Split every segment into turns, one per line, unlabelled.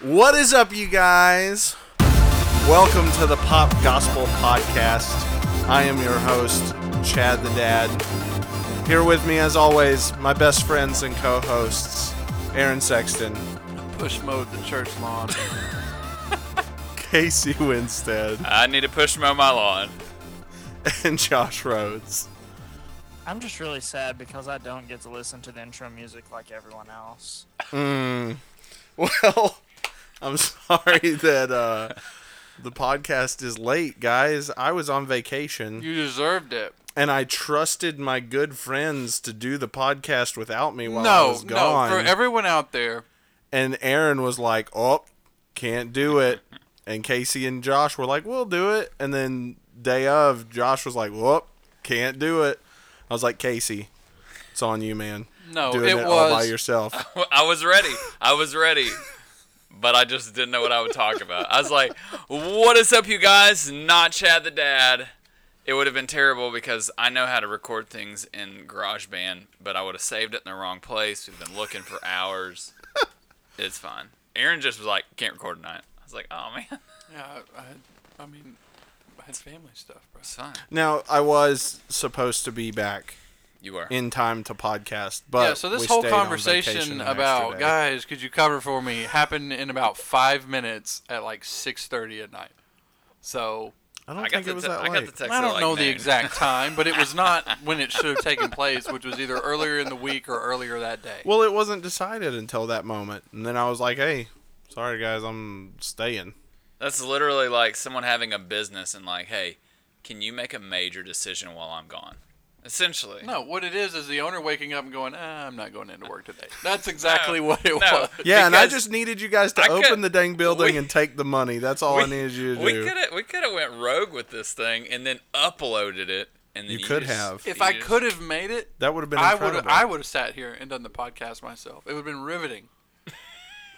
What is up, you guys? Welcome to the Pop Gospel Podcast. I am your host, Chad the Dad. Here with me, as always, my best friends and co hosts, Aaron Sexton,
push mode the church lawn.
Casey Winstead,
I need to push mow my lawn.
and Josh Rhodes.
I'm just really sad because I don't get to listen to the intro music like everyone else.
Well, I'm sorry that uh, the podcast is late, guys. I was on vacation.
You deserved it.
and I trusted my good friends to do the podcast without me while I
no,
Oh, was
no.
gone.
For everyone out there,
and Aaron was like, "Oh, can't do it." And Casey and Josh were like, "We'll do it." And then day of, Josh was like, "Whoop, can't do it." I was like, "Casey, it's on you, man.
no,
Doing
it,
it,
was.
all by yourself."
Well, I was ready. I was ready. But I just didn't know what I would talk about. I was like, what is up, you guys? Not Chad the Dad. It would have been terrible because I know how to record things in GarageBand, but I would have saved it in the wrong place. We've been looking for hours. It's fine. Aaron just was like, can't record tonight. I was like, oh, man.
Yeah, I, I, had, I mean, I had family stuff, bro.
It's fine.
now I was supposed to be back
You were.
in time to podcast, but
yeah, so this
we
whole
stayed on
conversation
vacation an
about
extra day.
guys, could you cover for me? Happened in about five minutes at like six thirty at night. So
I don't
I got,
think
the
it was
te-
that
I
late.
got the text.
I
at,
don't
like,
know the
noon.
exact time, but it was not when it should have taken place, which was either earlier in the week or earlier that day.
Well, it wasn't decided until that moment, and then I was like, "Hey, sorry guys, I'm staying."
That's literally like someone having a business and like, hey, can you make a major decision while I'm gone? Essentially.
No, what it is is the owner waking up and going, ah, I'm not going into work today. That's exactly what it
no.
was.
Yeah, and I
Because
just needed you guys to
I
open
could-
the dang building
we-
and take the money. That's all I needed you to
we
do.
could have we could have went rogue with this thing and then uploaded it and then
You
you,
could
just-
have.
If
you
I
just-
could have made it,
That would have been
I would
incredible.
have I would have sat here and done the podcast myself. It would have been riveting.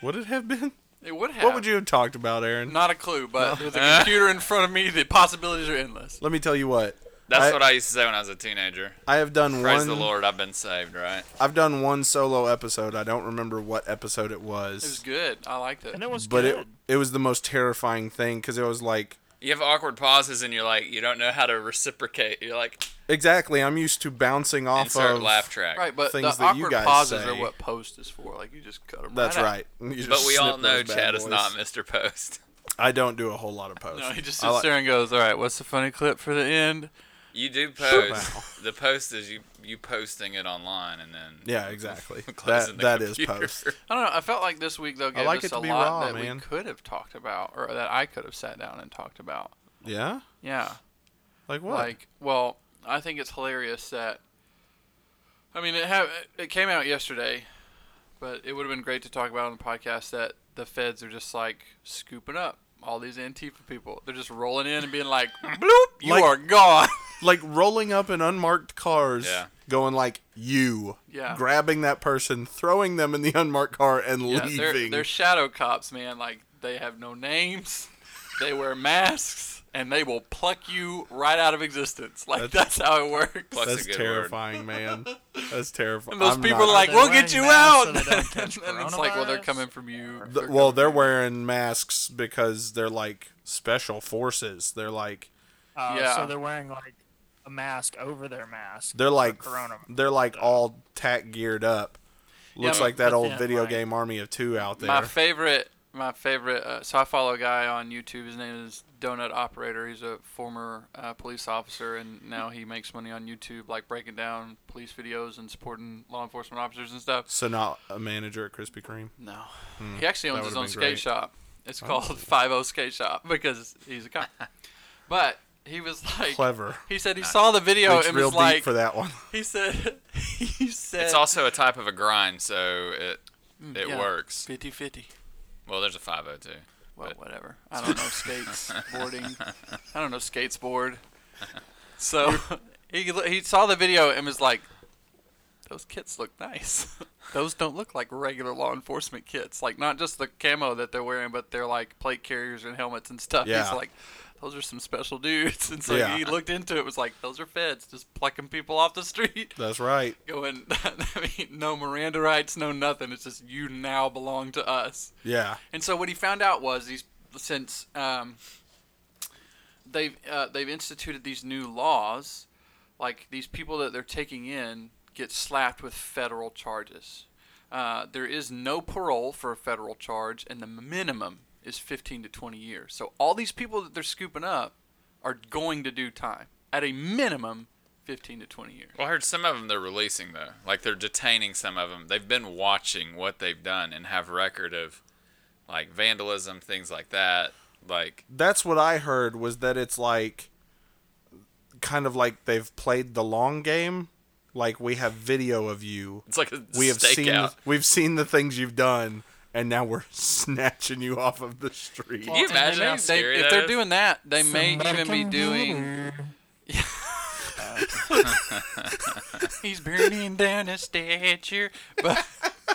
would it have been?
It would have.
What would you have talked about, Aaron?
Not a clue, but with a computer in front of me, the possibilities are endless.
Let me tell you what.
that's
I-
what I used to say when I was a teenager.
I have done
Praise
one.
the Lord, I've been saved, right?
I've done one solo episode. I don't remember what episode it
It was
was,
good. I liked it.
And it was
but
good.
it it was the most terrifying thing because it was like
You have awkward pauses and you're like, you don't know how to reciprocate. You're like,
exactly. I'm used to bouncing off
insert
of.
laugh track.
Right, but the
things that
awkward
you guys
pauses
say.
are what post is for. Like you just cut them.
That's
out.
right. You just
But we all
snip
know
those bad
Chad is
boys.
not Mr. Post.
I don't do a whole lot of posts.
No, he just
I
sits
like-
there and goes, "All right, what's the funny clip for the end?"
You do post. The post is you you posting it online and then
Yeah, exactly.
closing
that
the
that is
computer.
post.
I don't know. I felt like this week though gave
like
us
it to
a
be
lot
raw,
that
man.
we could have talked about, or that I could have sat down and talked about.
Yeah.
Yeah.
Like what?
Like, well, I think it's hilarious that. I mean, it ha- it came out yesterday, but it would have been great to talk about on the podcast that the feds are just like scooping up all these Antifa people. They're just rolling in and being like, "Bloop, you
Like-
are gone."
like rolling up in unmarked cars,
Yeah.
going like you,
Yeah.
grabbing that person, throwing them in the unmarked car, and
yeah, they're,
leaving.
they're shadow cops, man. Like they have no names. They wear masks, and they will pluck you right out of existence. Like that's, how it works.
Pluck- That's a
That's
good
terrifying, man. That's terrifying.
And those
I'm
people
not-
are like,
They're
"We'll get
wearing
you
masks
out,"
so
and,
they don't catch
it's like, "Well, they're
coronavirus?
coming from you."
The-
They're
well,
coming
they're
from you.
wearing masks because they're like special forces. They're like
Uh,
yeah.
So they're wearing like a mask over their mask.
they're like
corona.
they're like all tack geared up. Looks
but-
like that
but
old
then,
video
like-
game Army of Two out there.
My favorite, my favorite. Uh, so I follow a guy on YouTube. His name is Donut Operator. He's a former uh, police officer, and now he makes money on YouTube, like breaking down police videos and supporting law enforcement officers and stuff.
so not a manager at Krispy Kreme.
No, he actually owns his
Hmm. would've
own
been
skate
great. Oh.
shop. It's called Five O Skate Shop because he's a cop. but he was like,
Clever.
he said he saw the video
Reached
and
real
was
deep
like,
for that one.
he said, he said,
It's also a type of a grind, so it it
Mm, yeah.
works.
50-50.
Well, there's a 502.
Well,
But-
whatever. I don't know skates, boarding. I don't know skatesboard. So he he saw the video and was like, those kits look nice. those don't look like regular law enforcement kits. Like not just the camo that they're wearing, but they're like plate carriers and helmets and stuff. He's
Yeah.
like, those are some special dudes. And so
Yeah.
he looked into it. Was like, those are feds, just plucking people off the street.
That's right.
Going, I mean, no Miranda rights, no nothing. It's just you now belong to us.
Yeah.
And so what he found out was these since um, they've uh, they've instituted these new laws, like these people that they're taking in get slapped with federal charges. Uh, there is no parole for a federal charge, and the minimum is 15 to 20 years. So all these people that they're scooping up are going to do time at a minimum 15 to 20 years.
Well, I heard some of them they're releasing though. Like they're detaining some of them. They've been watching what they've done and have record of like vandalism, things like that. Like
That's what I heard was that it's like kind of like they've played the long game. Like we have video of you.
it's like a
We have seen
stakeout.
we've seen the things you've done and now we're snatching you off of the street.
Can you
And they
imagine
may-
how
they-
scary
if
that
they're
is?
doing that, they may even be doing. He's burning down a statue. But,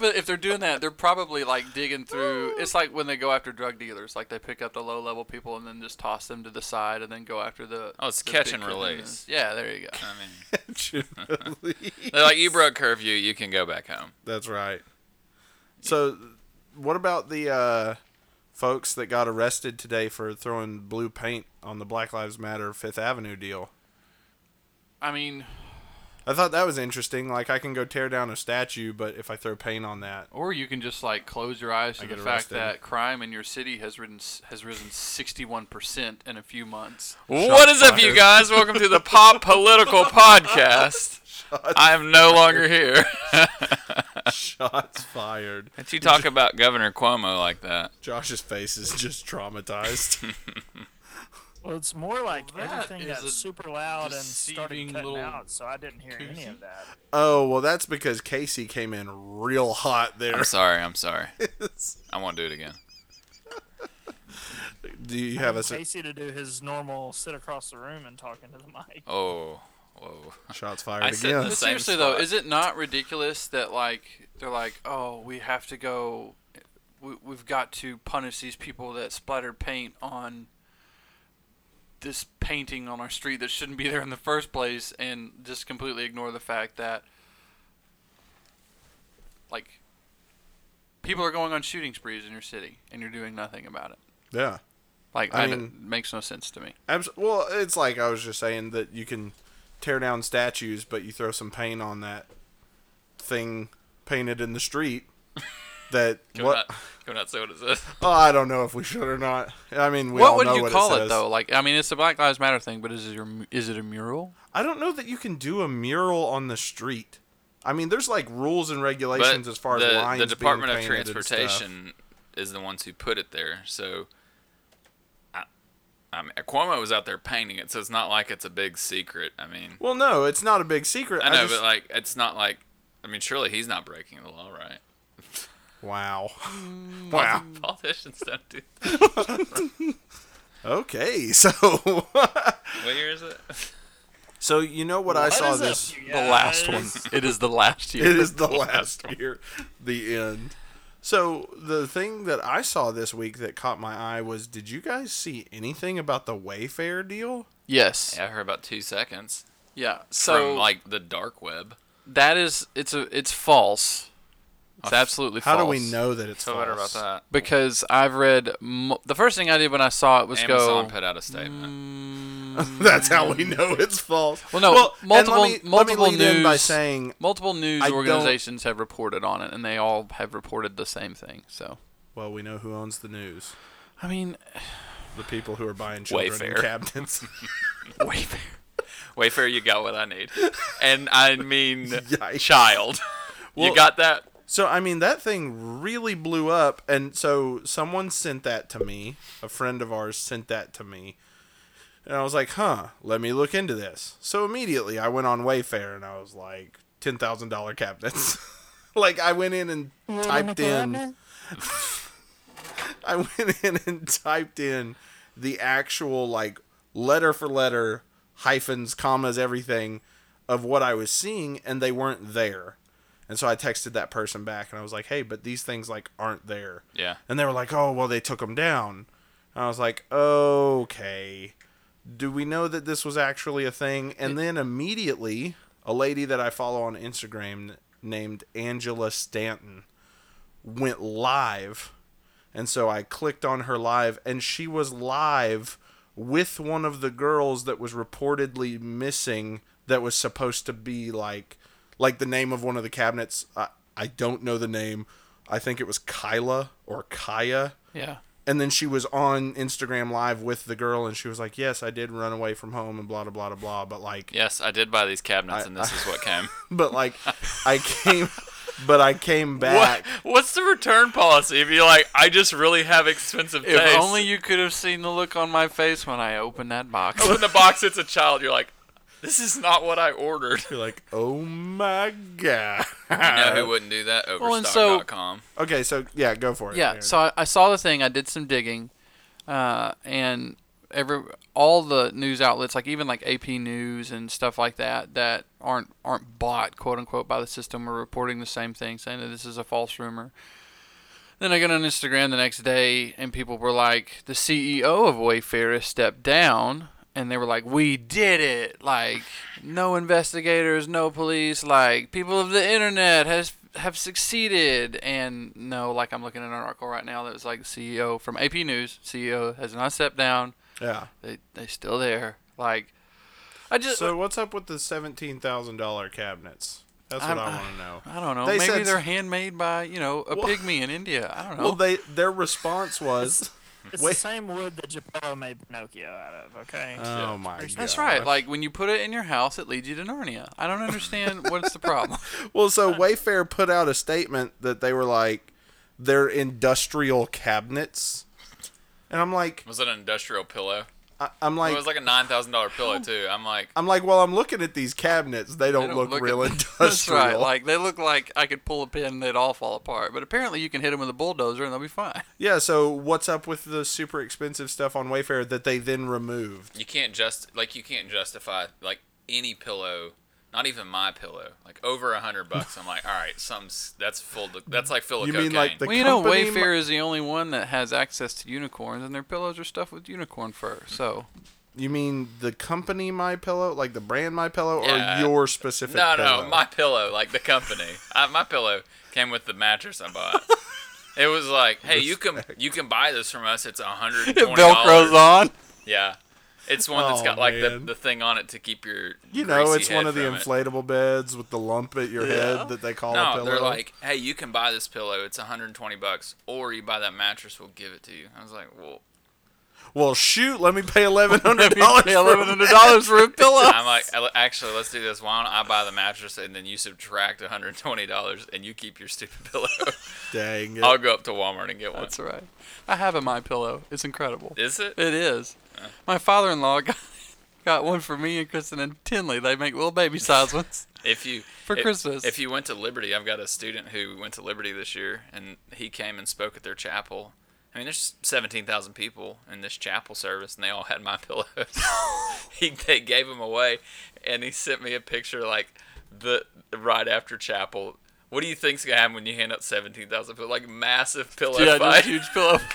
but if they're doing that, they're probably like digging through. It's like when they go after drug dealers. Like they pick up the low level people and then just toss them to the side and then go after the.
Oh, it's
the
catch
big
and
criminals.
release.
Yeah, there you go.
I mean, they're like you broke curfew, you can go back home.
That's right. So, what about the uh, folks that got arrested today for throwing blue paint on the Black Lives Matter Fifth Avenue deal?
I mean,
I thought that was interesting. Like, I can go tear down a statue, but if I throw paint on that,
Or you can just like close your eyes to
I
the
get
fact
arrested.
that crime in your city has risen has risen sixty one percent in a few monts.
what is up, you
fired.
guys? Welcome to the Pop Political Podcast. I am no longer here.
shots fired.
Don't you talk about Governor Cuomo like that?
Josh's face is just traumatized.
Well, it's more like
Well, that
everything
is
got
a
super loud and started
deceiving
cutting
little
out, so I didn't hear any
koozie.
of that.
oh, well, that's because Casey came in real hot there.
I'm sorry. I'm sorry. I won't do it again.
Do you have a s-
Casey to do his normal sit across the room and talking to the mic.
Oh, whoa.
shots fired
I said
again?
the
But
same
seriously though,
spot.
is it not ridiculous that like they're like, oh, we have to go, we, we've got to punish these people that splattered paint on this painting on our street that shouldn't be there in the first place, and just completely ignore the fact that like people are going on shooting sprees in your city, and you're doing nothing about it.
Yeah.
Like,
I
I d-
mean-
makes no sense to me.
Abs- well, it's like I was just saying that you can tear down statues, but you throw some paint on that thing painted in the street. That
Can we
what?
not, can we not say what it says?
Oh, I don't know if we should or not. I mean, we all
What would
know
you
what
call
it,
it,
says.
though? Like, I mean, it's a Black Lives Matter thing, but is it, your, is it a mural?
I don't know that you can do a mural on the street. I mean, there's like rules and regulations as far
the,
as lines
the Department
being
of
painted and stuff.
Transportation is the ones who put it there. So, I, I mean, Cuomo was out there painting it, so it's not like it's a big secret. I mean,
Well, no, it's not a big secret.
I know,
just-
but like, it's not like. I mean, surely he's not breaking the law, right?
wow, wow.
Politicians don't do. That.
Okay, so
What year is it?
so you know what, I
What
saw
is up,
this.
you
the last one.
guys?
It is the last year.
it is the last year, the end. So the thing that I saw this week that caught my eye was: Did you guys see anything about the Wayfair deal?
Yes.
Yeah, I heard about two seconds
Yeah. So
from like the dark web.
that is it's a it's false. It's absolutely
How
false.
do we know that it's
So what about
false?
that?
Because I've read mo- the first thing I did when I saw it was
Amazon
go.
put out a statement.
That's how we know it's false.
Mm. Well, no,
and
multiple-
let me,
multiple
let me lead in by
news-
saying
Multiple news
I don't-
organizations have reported on it, and they all have reported the same thing. So,
Well, we know who owns the news.
I mean,
The people who are buying children and
Wayfair.
cabinets.
Wayfair.
Wayfair, you got what I need, and I mean
Yikes.
child.
Well-
you got that?
So I mean that thing really blew up and so someone sent that to me. A friend of ours sent that to me. And I was like, "Huh, let me look into this." So immediately I went on Wayfair and I was like, $10,000 cabinets. like I went in and typed in I went in and typed in the actual like letter for letter hyphens, commas, everything of what I was seeing and they weren't there. And so I texted that person back and I was like, "Hey, but these things like aren't there."
Yeah.
And they were like, "Oh, well they took them down." And I was like, "Okay. Do we know that this was actually a thing?" And then immediately, a lady that I follow on Instagram named Angela Stanton went live. And so I clicked on her live, and she was live with one of the girls that was reportedly missing, that was supposed to be like, like the name of one of the cabinets. I, I don't know the name. I think it was Kyla or Kaya.
Yeah.
And then she was on Instagram live with the girl, and she was like, "Yes, I did run away from home, and blah blah blah blah blah." But like,
Yes, I did buy these cabinets, and this is what came.
but like, I came, but I came back.
What? What's the return policy if you're like, I just really have expensive
If
taste?
only you could have seen the look on my face when I opened that box.
open the box, it's a child. You're like, this is not what I ordered.
You're like, "Oh my god!"
No,
Uh,
who wouldn't do that?
Well, and so-
Overstock.com.
Okay, so yeah, go for it.
yeah
Aaron.
so I, I saw the thing i did some digging uh, and every all the news outlets like even like ap news and stuff like that that aren't aren't bought quote unquote by the system were reporting the same thing saying that this is a false rumor then i got on instagram the next day and people were like the ceo of wayfair has stepped down and they were like we did it like no investigators no police like people of the internet has have succeeded and no like i'm looking at an article right now that was like ceo from ap news ceo has not stepped down
yeah.
they they still there like i just
So what's up with the seventeen thousand dollar cabinets? That's what
I'm-
I want to know.
i don't know
They
maybe
said-
they're handmade by you know a
Well-
pygmy in india i don't know
Well, they their response was,
It's
Wait.
the same wood that Geppetto made Pinocchio out of. Okay.
Uh,
"Oh my god."
that's right. Like when you put it in your house, it leads you to Narnia. I don't understand what's the problem.
Well, so Wayfair put out a statement that they were like, "They're industrial cabinets," and I'm like,
Was it an industrial pillow?
I, I'm
it
like.
was like a nine thousand dollar pillow too. I'm like,
I'm like, well, I'm looking at these cabinets. They don't,
They don't
look,
look
real
at-
industrial.
That's right. Like they look like I could pull a pin, and they'd all fall apart. But apparently, you can hit them with a bulldozer, and they'll be fine.
yeah. So what's up with the super expensive stuff on Wayfair that they then removed?
you can't just like you can't justify like any pillow, not even my pillow, like over a hundred bucks. I'm like, all right, some that's full. That's like full of
You
cocaine.
mean like the
Well, you know,
company mi-
Wayfair is the only one that has access to unicorns, and their pillows are stuffed with unicorn fur. So
You mean the company My Pillow, like the brand My Pillow,
Yeah.
or your specific?
no,
pillow?
no, my pillow, like the company. I, my pillow came with the mattress I bought. It was like, hey, you can you can buy this from us. It's a hundred and twenty dollars.
on.
Yeah, it's one that's
Oh,
got like the,
man.
the thing on it to keep your
You know,
greasy
it's one
head
of the
from it.
inflatable beds with the lump at your head that they call a
No,
pillow.
they're like, hey, you can buy this pillow. It's 120 bucks, or you buy that mattress. We'll give it to you. I was like, well,
well, shoot, let me pay eleven hundred dollars.
Eleven hundred dollars for a pillow.
I'm like, "Al- actually, let's do this. Why don't I buy the mattress and then you subtract 120 dollars and you keep your stupid pillow?
Dang it!
I'll go up to Walmart and get one.
That's right. I have a my pillow. It's incredible.
Is it?
It is. My father-in-law got, got one for me and Kristen and Tinley. They make little baby size ones.
If you
For
if-
Christmas.
if you went to Liberty, I've got a student who went to Liberty this year, and he came and spoke at their chapel. I mean, there's 17,000 people in this chapel service, and they all had my pillows. he they gave them away, and he sent me a picture like the right after chapel. What do you think's gonna happen when you hand out 17,000 pillows? Like massive pillow
Yeah,
fight.
just huge pillow.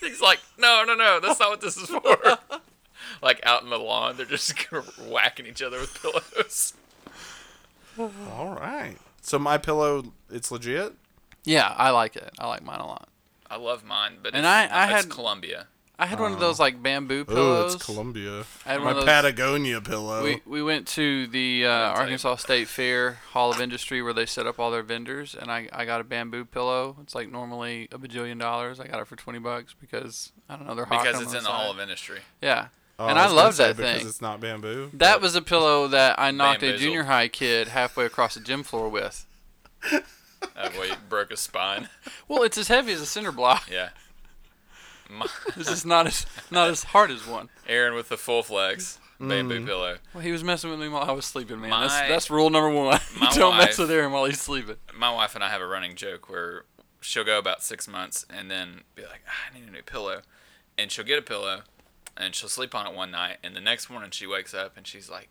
He's like, no, no, no, that's not what this is for. like out in the lawn, they're just whacking each other with pillows.
All right. So my pillow, it's legit.
Yeah, I like it. I like mine a lot.
I love mine, but
And
it's,
I- I
it's
had-
Columbia.
I had one of those like bamboo
Oh,
pillows.
Uh, it's Columbia.
I had one
My
of those-
Patagonia pillow.
We, we went to the uh,
I'll tell you.
Arkansas State Fair Hall of Industry where they set up all their vendors, and I, I got a bamboo pillow. It's like normally a bajillion dollars. I got it for twenty bucks because I don't know they're hawking
Because
them
it's
on
in the Hall of
side.
Industry.
Yeah,
Oh,
and
I
I,
was gonna
love
say
that
because
thing.
it's not bamboo.
That was a pillow that I knocked a
Bamboozled.
junior high kid halfway across the gym floor with.
That boy broke his spine.
Well, it's as heavy as a cinder block.
Yeah. My,
It's just not as not as hard as one.
Aaron with the full flex bamboo
Mm.
pillow.
Well, he was messing with me while I was sleeping, man.
My-
that's, that's rule number one.
my
Don't
wife-
mess with Aaron while he's sleeping.
My wife and I have a running joke where she'll go about six months and then be like, "Ah, I need a new pillow. And she'll get a pillow and she'll sleep on it one night. And the next morning she wakes up and she's like,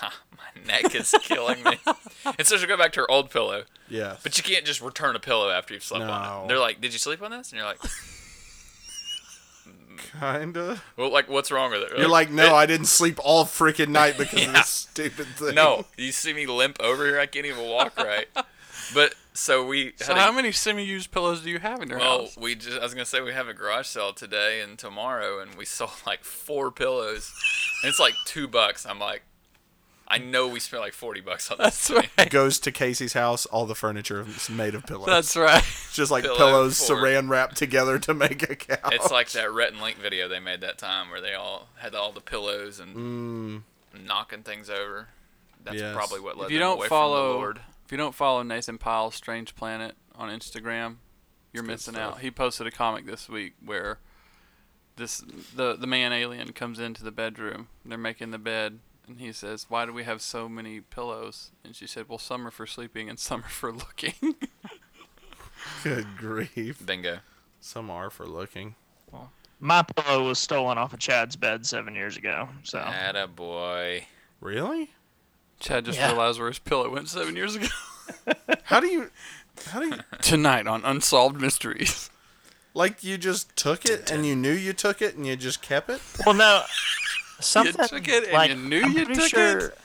God, my neck is killing me. and so she'll go back to her old pillow.
Yes.
But you can't just return a pillow after you've slept on
No.
it. They're like, "Did you sleep on this?" And you're like,
kinda.
"Well, like, what's wrong with it?"
You're like, no,
"It-
I didn't sleep all freaking night because of
Yeah.
this stupid thing.
no." You see me limp over here. I can't even walk right. But so we.
So
had a-
how many semi-used pillows do you have in your
Well,
house?
we just—I was gonna say—we have a garage sale today and tomorrow, and we sold like four pillows. and it's like two bucks. I'm like, I know we spent like forty bucks on this.
That's right.
Goes to Casey's house. All the furniture is made of pillows.
That's right.
just like
pillow
pillows
fort.
saran wrapped together to make a couch.
It's like that Rhett and Link video they made that time where they all had all the pillows and knocking things over. That's
Yes.
probably what led
If you
them
don't
away from the
follow,
Lord.
if you don't follow Nathan Pyle's Strange Planet on Instagram, you're missing
stuff.
out. He posted a comic this week where this the the man alien comes into the bedroom. They're making the bed, and he says, "Why do we have so many pillows?" And she said, "Well, some are for sleeping and some are for looking."
Good grief.
Bingo.
Some are for looking.
My pillow was stolen off of Chad's bed seven years ago. So
Atta boy.
Really?
Chad just
Yeah.
realized where his pillow went seven years ago.
How do you? How do you?
Tonight on Unsolved Mysteries.
Like you just took it and you knew you took it and you just kept it?
well, no,
You
something
took it and
like
you knew
I'm
you
pretty
took
sure
it.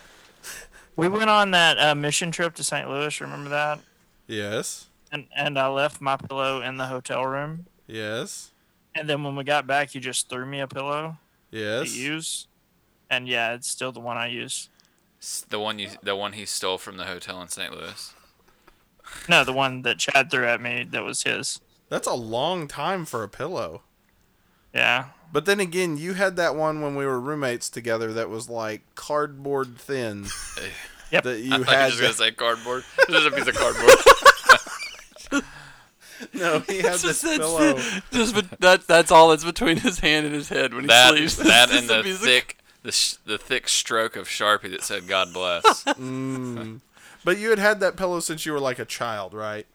we went on that uh, mission trip to St. Louis. Remember that?
Yes.
And and I left my pillow in the hotel room.
Yes.
And then when we got back, you just threw me a pillow
Yes.
to use. And yeah, it's still the one I use.
S- The one you, the one he stole from the hotel in St. Louis.
No, the one that Chad threw at me that was his.
That's a long time for a pillow.
Yeah.
But then again, you had that one when we were roommates together that was like cardboard thin.
Yep.
That
I
you
thought you were
had.
just gonna say cardboard. Just a piece of cardboard.
no, he had this
Just- that's,
pillow.
just bet- that, that's all that's between his hand and his head when he
that
sleeps.
that
It's
and
just a
the
piece of-
thick the, sh- the thick stroke of Sharpie that said God bless.
But you had had that pillow since you were like a child, right?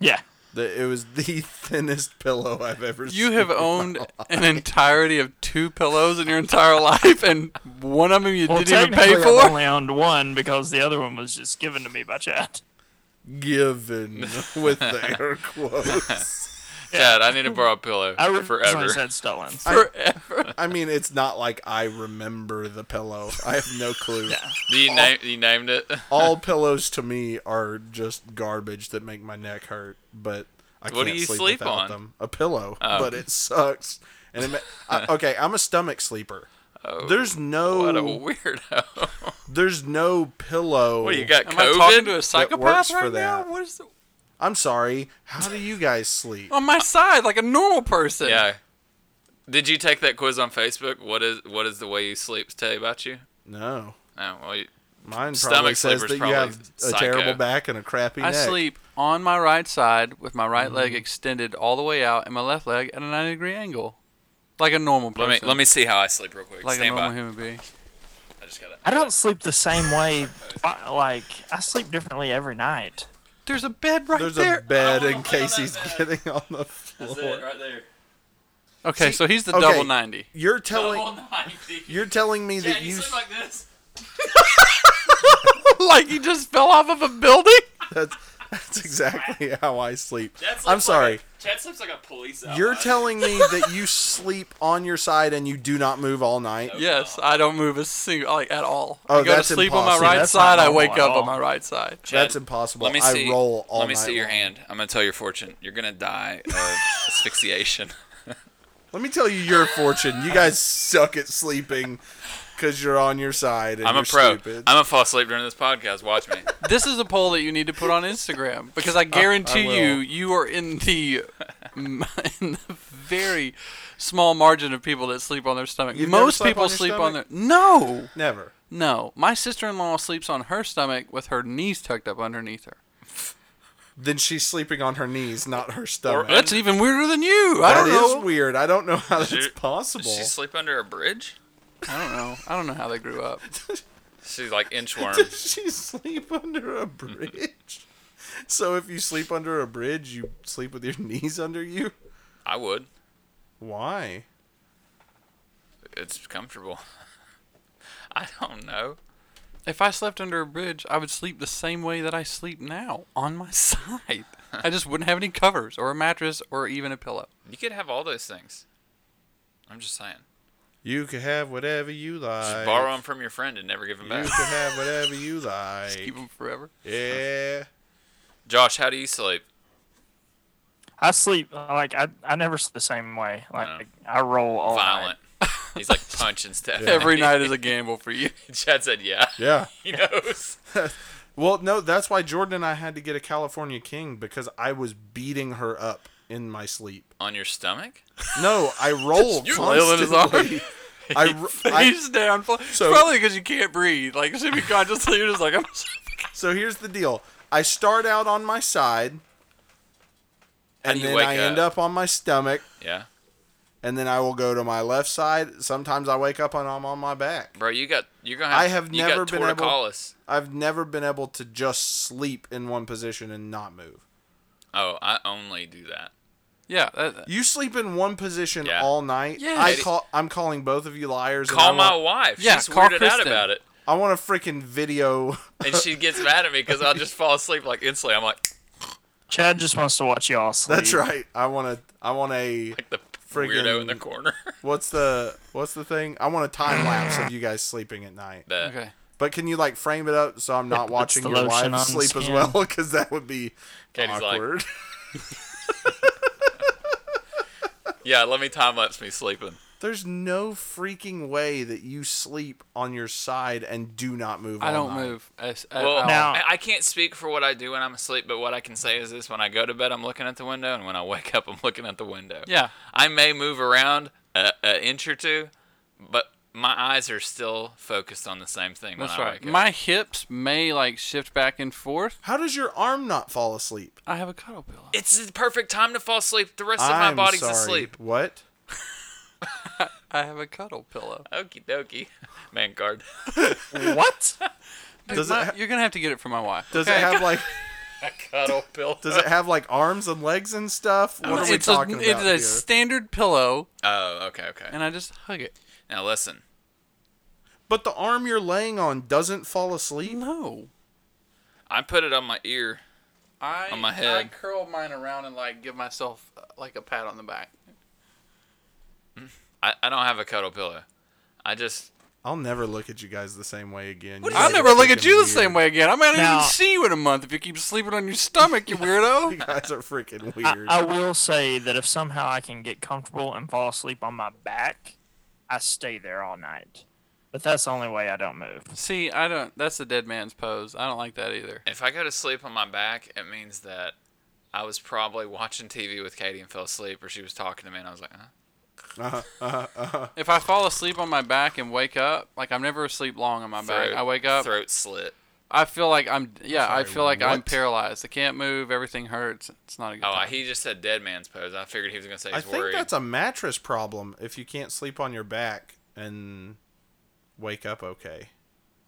Yeah.
The, it was the thinnest pillow I've ever seen.
You have owned an entirety of two pillows in your entire life, and one of them you
Well,
didn't even pay
technically, I've
for.
only owned one because the other one was just given to me by Chad.
given with the air quotes.
Chad, I need to borrow a pillow
I originally
forever.
said stolen.
Forever.
I mean, it's not like I remember the pillow. I have no clue.
Do
"Oh."
you name you named it?
All pillows to me are just garbage that make my neck hurt, but I
What do
can't
you
sleep,
sleep
without
on?
them. A pillow,
Oh.
but it sucks. And it ma- I, okay, I'm a stomach sleeper.
Oh,
There's
what
no
a weirdo.
there's no pillow.
What you got?
Am I
COVID?
talking to a
works
psychopath
for
right now?
that.
What is the,
I'm sorry. How do you guys sleep?
on my side like a normal person?
yeah. Did you take that quiz on Facebook? What is what is the way you sleep say about you?
No.
Oh, well, you,
Mine probably
Stomach
says
sleeper's
that you
probably
have a
psycho.
terrible back and a crappy
I
neck.
sleep on my right side with my right
Mm-hmm.
leg extended all the way out and my left leg at a 90 degree angle, like a normal
let
person.
me let me see how I sleep real quick.
like a
Stand
normal
by.
human being.
I just gotta.
I don't sleep the same way. uh, Like I sleep differently every night.
There's a bed right
There's
there.
a bed in
wanna lay on
case
that
he's
bed.
getting on the
That's
floor.
it right there.
Okay, so he's the
okay.
double 90.
You're telling
Double 90.
you're telling me
Yeah,
that
you
you
sleep like this.
like he just fell off of a building?
that's, that's exactly how I sleep.
Chad sleeps
I'm sorry.
Like a, Chad sleeps like a police. outlaw.
You're telling me that you sleep on your side and you do not move all night.
Yes, I don't move a single like at all.
Oh,
I go
that's
to sleep on
impossible.
my right
That's not
side, I
normal
wake
at
up on
all.
my right side.
That's
Chad,
impossible.
Let me see.
I roll all
Let me
night
see your
long.
hand. I'm gonna tell your fortune. You're gonna die of asphyxiation.
Let me tell you your fortune. You guys suck at sleeping because you're on your side and
I'm
you're
a pro.
stupid.
I'm gonna fall asleep during this podcast. Watch me.
This is a poll that you need to put on Instagram because I guarantee
Uh, will.
you you are in the in the very small margin of people that sleep on their stomach.
You've never
Most
slept
people
on your
sleep on their
stomach?
No.
Never.
No. My sister-in-law sleeps on her stomach with her knees tucked up underneath her.
Then she's sleeping on her knees, not her stomach.
Or-
That's even weirder than you. I
That
don't
is
know.
weird. I don't know how that's
She-
possible.
Does she sleep under a bridge?
I don't know. I don't know how they grew up.
She's like inchworm.
Does she sleep under a bridge? So if you sleep under a bridge, you sleep with your knees under you?
I would.
Why?
It's comfortable. I don't know.
If I slept under a bridge, I would sleep the same way that I sleep now, on my side. I just wouldn't have any covers or a mattress or even a pillow.
You could have all those things. I'm just saying.
You can have whatever you like.
Just borrow them from your friend and never give them
You
back.
can have whatever you like.
Keep them forever.
Yeah.
Josh, how do you sleep?
I sleep uh, like I, I never sleep the same way. Like I roll all
Violent. He's like punching stuff.
Every night is a gamble for you.
Chad said, "Yeah,
Yeah.
he knows."
Well, no, that's why Jordan and I had to get a California King because I was beating her up in my sleep.
On your stomach?
No, I roll
You flailing his
constantly. I, ro- I
He's down. fl- It's
So-
probably because you can't breathe. Like subconsciously, you're just like I'm.
so here's the deal. I start out on my side,
How do
and
you
then
wake
I end
up?
up on my stomach,
Yeah,
and then I will go to my left side. Sometimes I wake up and I'm on my back.
bro, you got you're gonna. Have,
I have
you
never
got
been able-
torticollis.
I've never been able to just sleep in one position and not move.
Oh, I only do that.
Yeah. That,
You sleep in one position
Yeah.
all night.
Yes.
I call. I'm calling both of you liars. and
Call
I
my
want-
wife.
Yeah,
She's
call
weirded out
Kristen.
about it,
I want a freaking video.
and she gets mad at me because I'll just fall asleep like instantly. I'm like,
night. Chad just wants to watch y'all sleep.
That's right. I want to. I want a.
like the
Friggin-
weirdo in the corner.
What's the What's the thing? I want a time lapse of you guys sleeping at night.
that
okay.
But can you like frame it up so I'm not watching
the
your
lotion
wife
on the
sleep as
skin.
well? Because that would be
Katie's like-
awkward.
yeah, let me time lapse me sleeping.
There's no freaking way that you sleep on your side and do not move.
I
all
don't
night.
move. As, at
Well,
all.
Now-
I, I can't speak for what I do when I'm asleep, but what I can say is this: when I go to bed, I'm looking at the window, and when I wake up, I'm looking at the window.
Yeah.
I may move around a, a inch or two, but my eyes are still focused on the same thing.
That's
when I
right.
Wake up.
My hips may like shift back and forth.
How does your arm not fall asleep?
I have a cuddle pillow.
It's the perfect time to fall asleep. The rest of my
I'm
body's
sorry.
asleep.
What?
I have a cuddle pillow.
Okie dokie. Man card.
What?
Does it
My-
ha-
you're gonna have to get it from my wife.
Does
okay?
it have like?
A cuddle pillow.
Does it have like arms and legs and stuff? What are we
it's
talking
a,
about
It's a
here?
standard pillow,
Oh, okay, okay.
and I just hug it.
Now listen.
But the arm you're laying on doesn't fall asleep.
No.
I put it on my ear.
I
On my
I
head.
curl mine around and like give myself uh, like a pat on the back.
I, I don't have a cuddle pillow. I just
I'll never look at you guys the same way again. You
I'll
guys
never
are
look at
freaking
you the
weird.
same way again. I might not
Now-
even see you in a month if you keep sleeping on your stomach, you
You
weirdo.
guys are freaking
I,
weird.
I will say that if somehow I can get comfortable and fall asleep on my back, I stay there all night. But that's the only way I don't move.
see, I don't. That's the dead man's pose. I don't like that either.
if I go to sleep on my back, it means that I was probably watching TV with Katie and fell asleep, or she was talking to me, and I was like, huh?
If I fall asleep on my back and wake up, like I'm never asleep long on my back. I wake up,
Throat slit.
I feel like I'm. Yeah, I
Sorry,
feel like I'm
what?
paralyzed. I can't move. Everything hurts. It's not a good.
Oh,
time.
he just said dead man's pose. I figured he was gonna say
I
he's
think
worried.
that's a mattress problem. If you can't sleep on your back and wake up okay.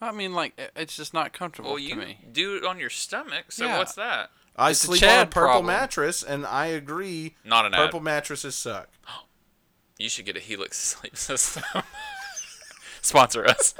I mean, like it- it's just not comfortable
well,
to
you
me.
do it on your stomach. So
Yeah.
what's that?
I
It's a
sleep on a
Chad
purple
problem.
mattress, and I agree.
Not an ad.
purple mattresses suck.
You should get a Helix sleep system. Sponsor us.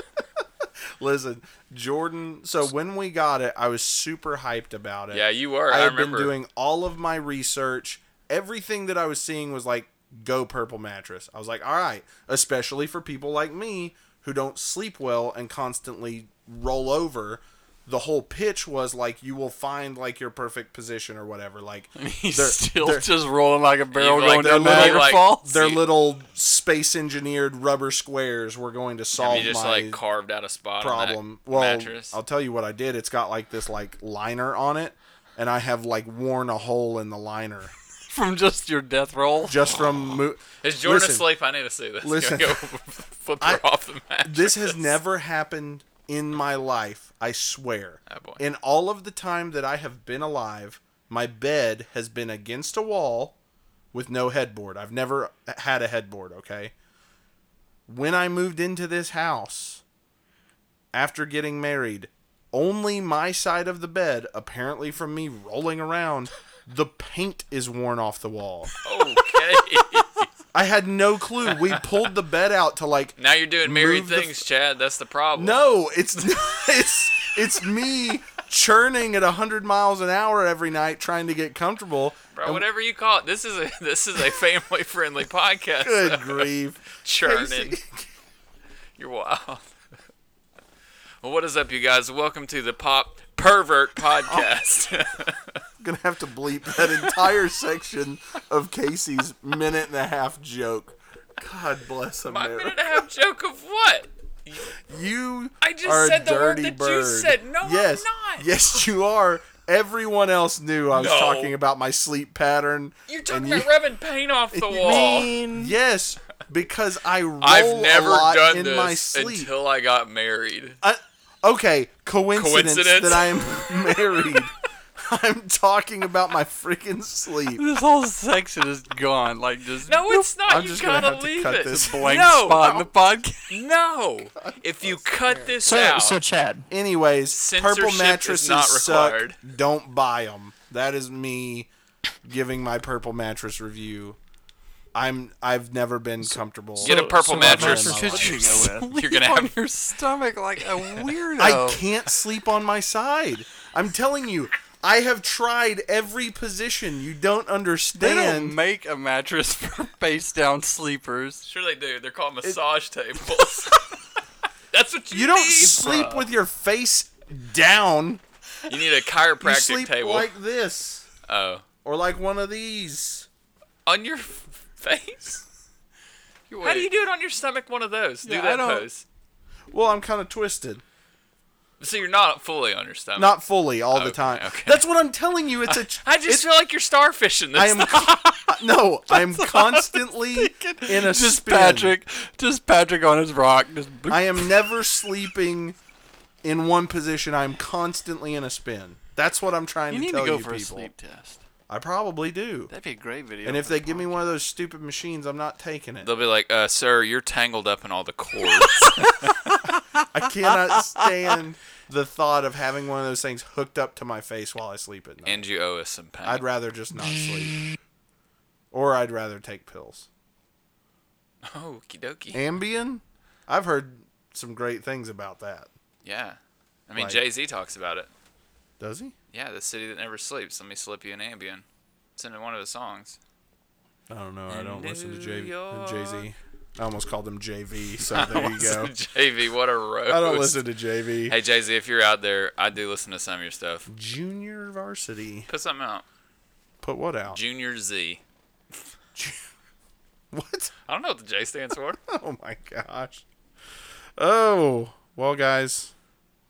Listen, Jordan. So when we got it, I was super hyped about it.
Yeah, you were.
I
I,
had
remember.
been doing all of my research. Everything that I was seeing was like, go purple mattress. I was like, all right, especially for people like me who don't sleep well and constantly roll over. The whole pitch was like, you will find like your perfect position or whatever. Like,
He's
they're-
still
they're-
just rolling like a barrel
You've,
going
like,
down
they're
Niagara
like-
Falls.
their
See-
little space engineered rubber squares were going to solve
you just
my
like carved out a spot
problem.
on that
Well,
mattress.
I'll tell you what I did. It's got like this like liner on it, and I have like worn a hole in the liner.
from just your death roll.
just from mo-
Is Jordan
Listen.
asleep? I need to see this.
Listen.
Go flip her off the mattress.
this has never happened in my life i swear
Oh, boy.
in all of the time that i have been alive my bed has been against a wall with no headboard i've never had a headboard okay when i moved into this house after getting married only my side of the bed apparently from me rolling around the paint is worn off the wall
Okay.
I had no clue. We pulled the bed out to like
Now you're doing married
Move the f-
things, Chad. That's the problem.
No, it's it's it's me churning at 100 miles an hour every night trying to get comfortable.
Bro, whatever you call it. This is a this is a family friendly podcast.
Good grief.
Churning.
Casey.
You're wild. Well, what is up, you guys? Welcome to the Pop
Oh.
Pervert Podcast.
Gonna have to bleep that entire section of Casey's minute and a half joke. God bless
My minute
America.
and a half joke of what?
You
I just
are a
said the word
dirty
that you
bird.
said. No, I'm
yes.
not.
Yes, you are. Everyone else knew I was
No.
talking about my sleep pattern.
You're talking
And you-
about rubbing paint off the wall.
Mean.
Yes, because I roll
I've never
a lot
done
in my
this
sleep.
until I got married.
I, okay, coincidence,
Coincidence?
that I am married. I'm talking about my freaking sleep.
This whole section is gone. Like just
No, it's not.
I'm
you
just gonna
gotta
have to
leave
cut
it.
this.
blank
no,
spot in the podcast.
No. If you cut this
So,
out,
so Chad,
Anyways,
Censorship
purple
is
mattresses
not
suck.
required.
Don't buy them. That is me giving my purple mattress review. I'm I've never been comfortable.
Get a
so-
purple
so what
mattress.
mattress would you go with?
You're gonna
on
have-
your stomach like a weirdo.
I can't sleep on my side. I'm telling you, I have tried every position. You don't
They
understand.
don't make a mattress for face down sleepers.
sure they do. They're called massage tables. That's what you,
you don't
need.
sleep with your face down.
you need a
You
chiropractic
sleep
table.
like this
oh,
or like one of these.
on your f- face.
You
How do you
wait.
do it on your stomach? One of those.
Yeah,
do
I
that
don't-
pose.
Well, I'm kind of twisted.
So you're not fully on your stomach.
Not fully all the time.
okay.
That's what I'm telling you. It's a.
I just feel like you're starfishing this.
I am no. I'm constantly in a
just
spin.
Patrick, just Patrick on his rock. Just
I am never sleeping in one position. I'm constantly in a spin. That's what I'm trying
you
to
need
tell
to go
you
for
people.
a sleep test.
I probably do.
That'd be a great video.
And if
for
they
the
give me
podcast.
one of those stupid machines, I'm not taking it.
They'll be like, uh, "Sir, you're tangled up in all the cords."
I cannot stand the thought of having one of those things hooked up to my face while I sleep at night.
and you owe us some pain.
I'd rather just not sleep. Or I'd rather take pills.
Okie dokie.
Ambien? I've heard some great things about that.
Yeah, I mean
Like-
Jay Z talks about it.
Does he?
Yeah, the city that never sleeps. Let me slip you an Ambien. It's in one of the songs.
I don't know. I don't listen to J-
New
Jay Z. I almost called him JV, so there you go.
JV, what a roast.
I don't listen to JV.
Hey Jay Z, if you're out there, I do listen to some of your stuff.
Junior varsity.
Put something out.
Put what out?
Junior Z.
What?
I don't know what the J stands for.
Oh my gosh. Oh, well, guys.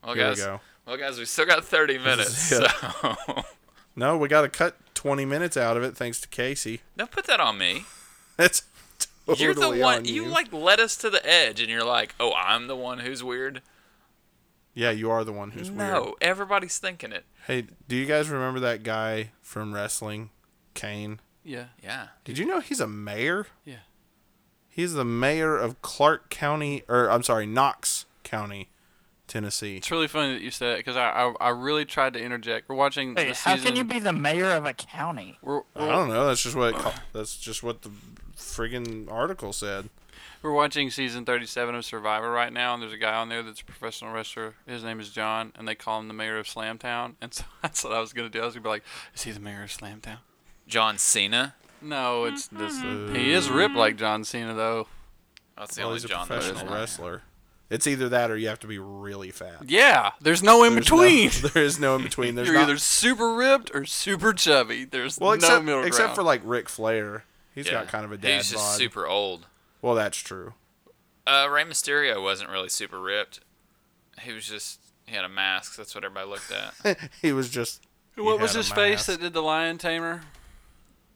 Well,
Here we
guys.
go.
Well, guys, we still got 30 minutes.
is it.
So
No, we got to cut 20 minutes out of it thanks to Casey.
don't put that on me.
That's totally
You're the one.
on
you like led us to the edge, and you're like, "Oh, I'm the one who's weird."
Yeah, you are the one who's
no,
weird.
everybody's thinking it.
Hey, do you guys remember that guy from wrestling, Kane?
yeah,
Yeah.
Did you know he's a mayor?
yeah.
He's the mayor of Clark County, or I'm sorry, Knox County, Tennessee.
It's really funny that you said it because I, I I really tried to interject. We're watching
Wait,
the
how
season.
can you be the mayor of a county?
We're,
I
we're,
don't know. That's just what it ca- that's just what the friggin' article said.
we're watching season 37 of Survivor right now, and there's a guy on there that's a professional wrestler. His name is John, and they call him the mayor of Slamtown. And so that's what I was gonna do. I was gonna be like, "Is he the mayor of Slamtown?"
John Cena.
No, it's this. He is ripped like John Cena, though.
That's the
Well,
only
he's a
John. that is
professional
not.
wrestler. It's either that or you have to be really fat.
Yeah, there's no in
There's no-
between.
there is no in between. There's
You're
not,
either super ripped or super chubby. There's
well,
no
except
middle ground.
except for like Ric Flair. He's
Yeah.
got kind of a dad
He's just
bod.
super old.
Well, that's true.
Uh, Rey Mysterio wasn't really super ripped. He was just he had a mask. That's what everybody looked at.
he was just. he
what was
had a
his face
mask.
that did the lion tamer?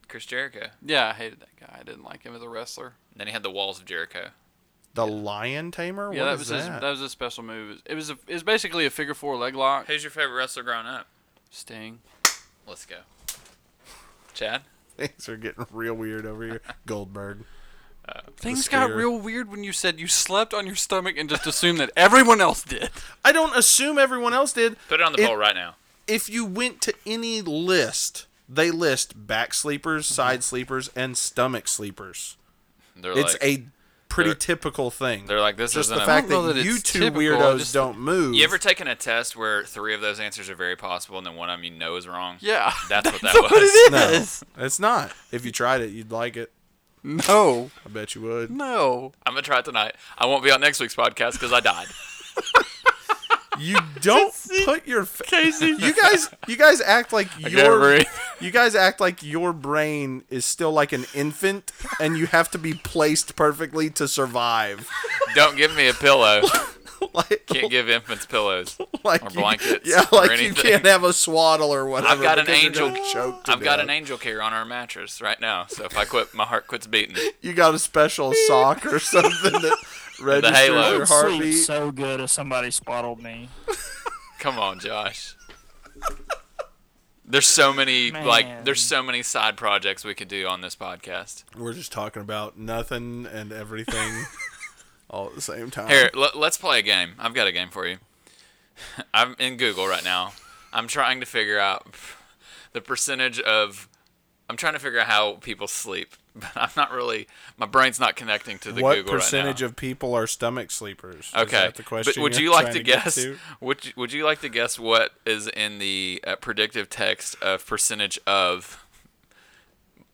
Chris Jericho.
Yeah, I hated that guy. I didn't like him as a wrestler.
Then he had the walls of Jericho.
The lion tamer.
Yeah,
What
that
is
was his.
that?
That was his special move. It was a, it was basically a figure four leg lock.
Who's your favorite wrestler growing up?
Sting.
Let's go. Chad.
Things are getting real weird over here. Goldberg.
Things got
spear.
real weird when you said you slept on your stomach and just assumed that everyone else did.
I don't assume everyone else did.
Put it on the
It-
poll right now.
If you went to any
Mm-hmm.
list, they list back sleepers, side sleepers, and stomach sleepers.
They're
It's
like,
a pretty
they're-
typical thing.
they're like, this
just
isn't
the
a-
fact
I don't
that,
know that
you
it's
two
typical,
weirdos
just-
don't move.
You ever taken a test where three of those answers are very possible and then one of them you know is wrong?
Yeah.
That's what that
That's
was.
it
no,
is.
it's not. If you tried it, you'd like it.
No.
I bet you would.
No.
I'm gonna try it tonight. I won't be on next week's podcast because I died.
You don't put your fa- Casey. You guys, you guys act like your
breathe.
you guys act like your brain is still like an infant, and you have to be placed perfectly to survive.
Don't give me a pillow.
like,
Can't give infants pillows.
like
or
you-
blankets
yeah,
or
like you
anything.
can't have a swaddle or whatever.
I've got an
because you're
angel.
gonna choke to
I've got
death.
an angel care on our mattress right now. So if I quit, my heart quits beating.
You got a special sock or something that registers
halo.
your
I'd
Sleep
heartbeat.
so good if somebody swaddled me.
Come on, Josh. There's so many like
Man.
there's so many side projects we could do on this podcast.
We're just talking about nothing and everything all at the same time.
Here, l- let's play a game. I've got a game for you. I'm in Google right now. I'm trying to figure out the percentage of. I'm trying to figure out how people sleep, but I'm not really. My brain's not connecting to the
what
Google
percentage
right now.
of people are stomach sleepers? Is
Okay,
that the question.
but would
you're
you like
trying
to
get
guess?
to?
Would you, Would you like to guess what is in the uh, predictive text of percentage of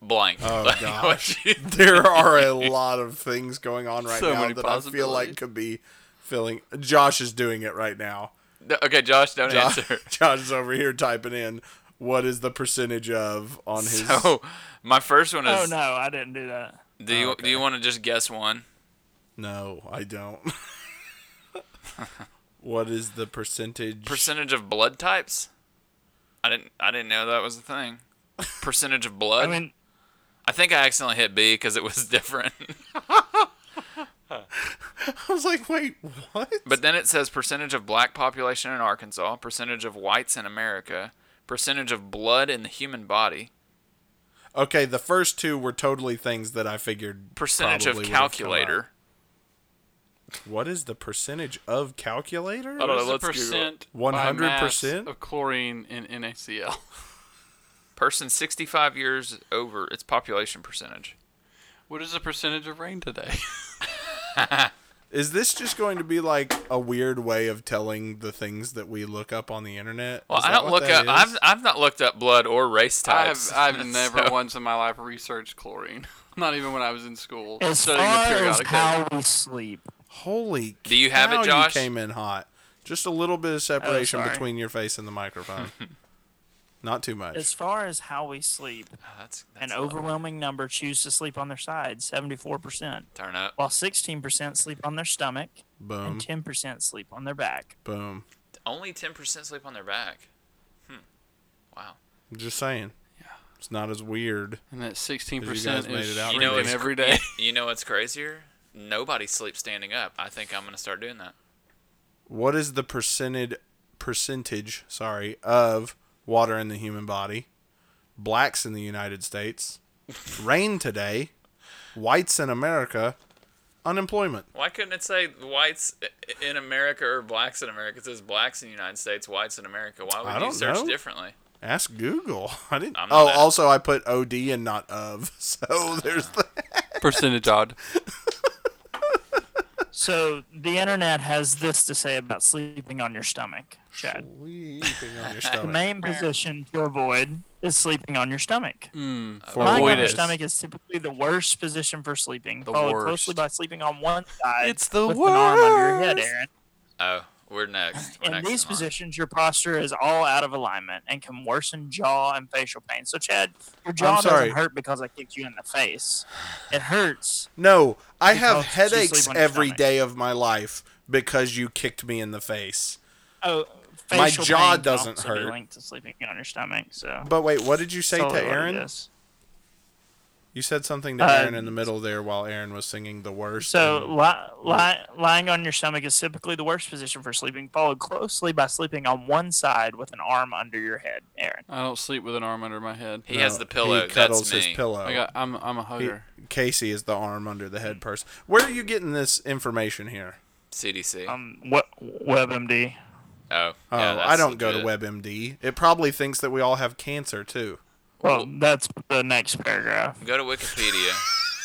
blank?
Oh,
Like, what
gosh.
you-
There are a lot of things going on right
So
now
many
that I feel like
possibilities.
could be filling. Josh is doing it right now.
No, okay, Josh, don't
Josh,
answer.
Josh is over here typing in what is the percentage of on his.
So, my first one
Oh
is.
no, I didn't do that.
Do
Oh,
you Do you want to just guess one?
No, I don't. what is the percentage?
percentage of blood types. I didn't I didn't know that was a thing. Percentage of
I
blood. I,
mean,
think I accidentally hit B because it was different.
I was like, wait, what?
but then it says percentage of black population in Arkansas, percentage of whites in America, percentage of blood in the human body,
Okay, the first two were totally things that I figured.
percentage
probably
of
would have come up.
calculator.
What is the percentage of calculator?
I don't know,
What's
let's
the
Google it.
percent by
100%?
mass of chlorine in NaCl?
Person 65 years over, its population percentage.
What is the percentage of rain today?
Is this just going to be like a weird way of telling the things that we look up on the internet?
Well,
Is
I
that
don't
what
look
that
up.
is?
I've, I've not looked up blood or race types.
I've I've never
So-
once in my life researched chlorine. Not even when I was in school
as far
studying the
as
periodic table.
how we sleep,
Holy.
Do you have it,
cow,
Josh? Oh,
came in hot. Just a little bit of separation
sorry.
between your face and the microphone. Not too much.
as far as how we sleep,
That's, that's
an
a lot.
overwhelming number choose to sleep on their side, 74%,
Turn up.
while 16% sleep on their stomach
boom,
Mm-hmm.
and 10% sleep on their back.
boom.
Only 10% sleep on their back. Hmm. Wow.
I'm just saying. It's not as weird.
And that sixteen
You guys
percent
made
is
it out
shrinking
You know, it's cr-
every day.
You know what's crazier? Nobody sleeps standing up. I think I'm gonna start doing that.
What is the percentage percentage, sorry, of water in the human body? Blacks in the United States. Rain today. Whites in America. Unemployment.
Why couldn't it say whites i- in America or blacks in America? It says blacks in the United States, whites in America. Why would
I
you
don't
search
know.
differently?
Ask Google. I didn't.
I'm not
Oh,
that-
also I put OD and not of. So there's the
percentage odd.
So the internet has this to say about sleeping on your stomach, Chad.
sleeping on your
The
stomach.
main position to avoid is sleeping on your stomach.
For
Lying
Mm. Hmm. Avoid
on your
it.
stomach is typically the worst position for sleeping,
The
followed
worst.
closely by sleeping on one side
It's the
with an arm under your head,
worst.
Aaron.
Oh, we're next. We're
In
next.
these
in line.
positions, your posture is all out of alignment and can worsen jaw and facial pain. So, Chad, your jaw
sorry.
doesn't hurt because I kicked you in the face. It hurts.
No, I have
Because you sleep
headaches
on your
every
stomach.
day of my life because you kicked me in the face.
Oh,
My
facial
jaw
pain can
doesn't
also Be
hurt.
linked to sleeping on your stomach. So,
But wait, what did you say
Totally
to
what it
Aaron?
is.
You said something to
Uh,
Aaron in the middle there while Aaron was singing the worst.
So,
and-
li- li- lying on your stomach is typically the worst position for sleeping, followed closely by sleeping on one side with an arm under your head, Aaron.
I don't sleep with an arm under my head.
He has
No,
the pillow.
uh, He cuddles
That's me.
his pillow.
I got I'm I'm a
He-
hugger.
Casey is the arm under the head person. Where are you getting this information here?
CDC.
Um, what WebMD?
oh,
Oh,
yeah,
I
that's
don't go to
legit.
WebMD. It probably thinks that we all have cancer too.
Well, that's the next paragraph.
Go to Wikipedia.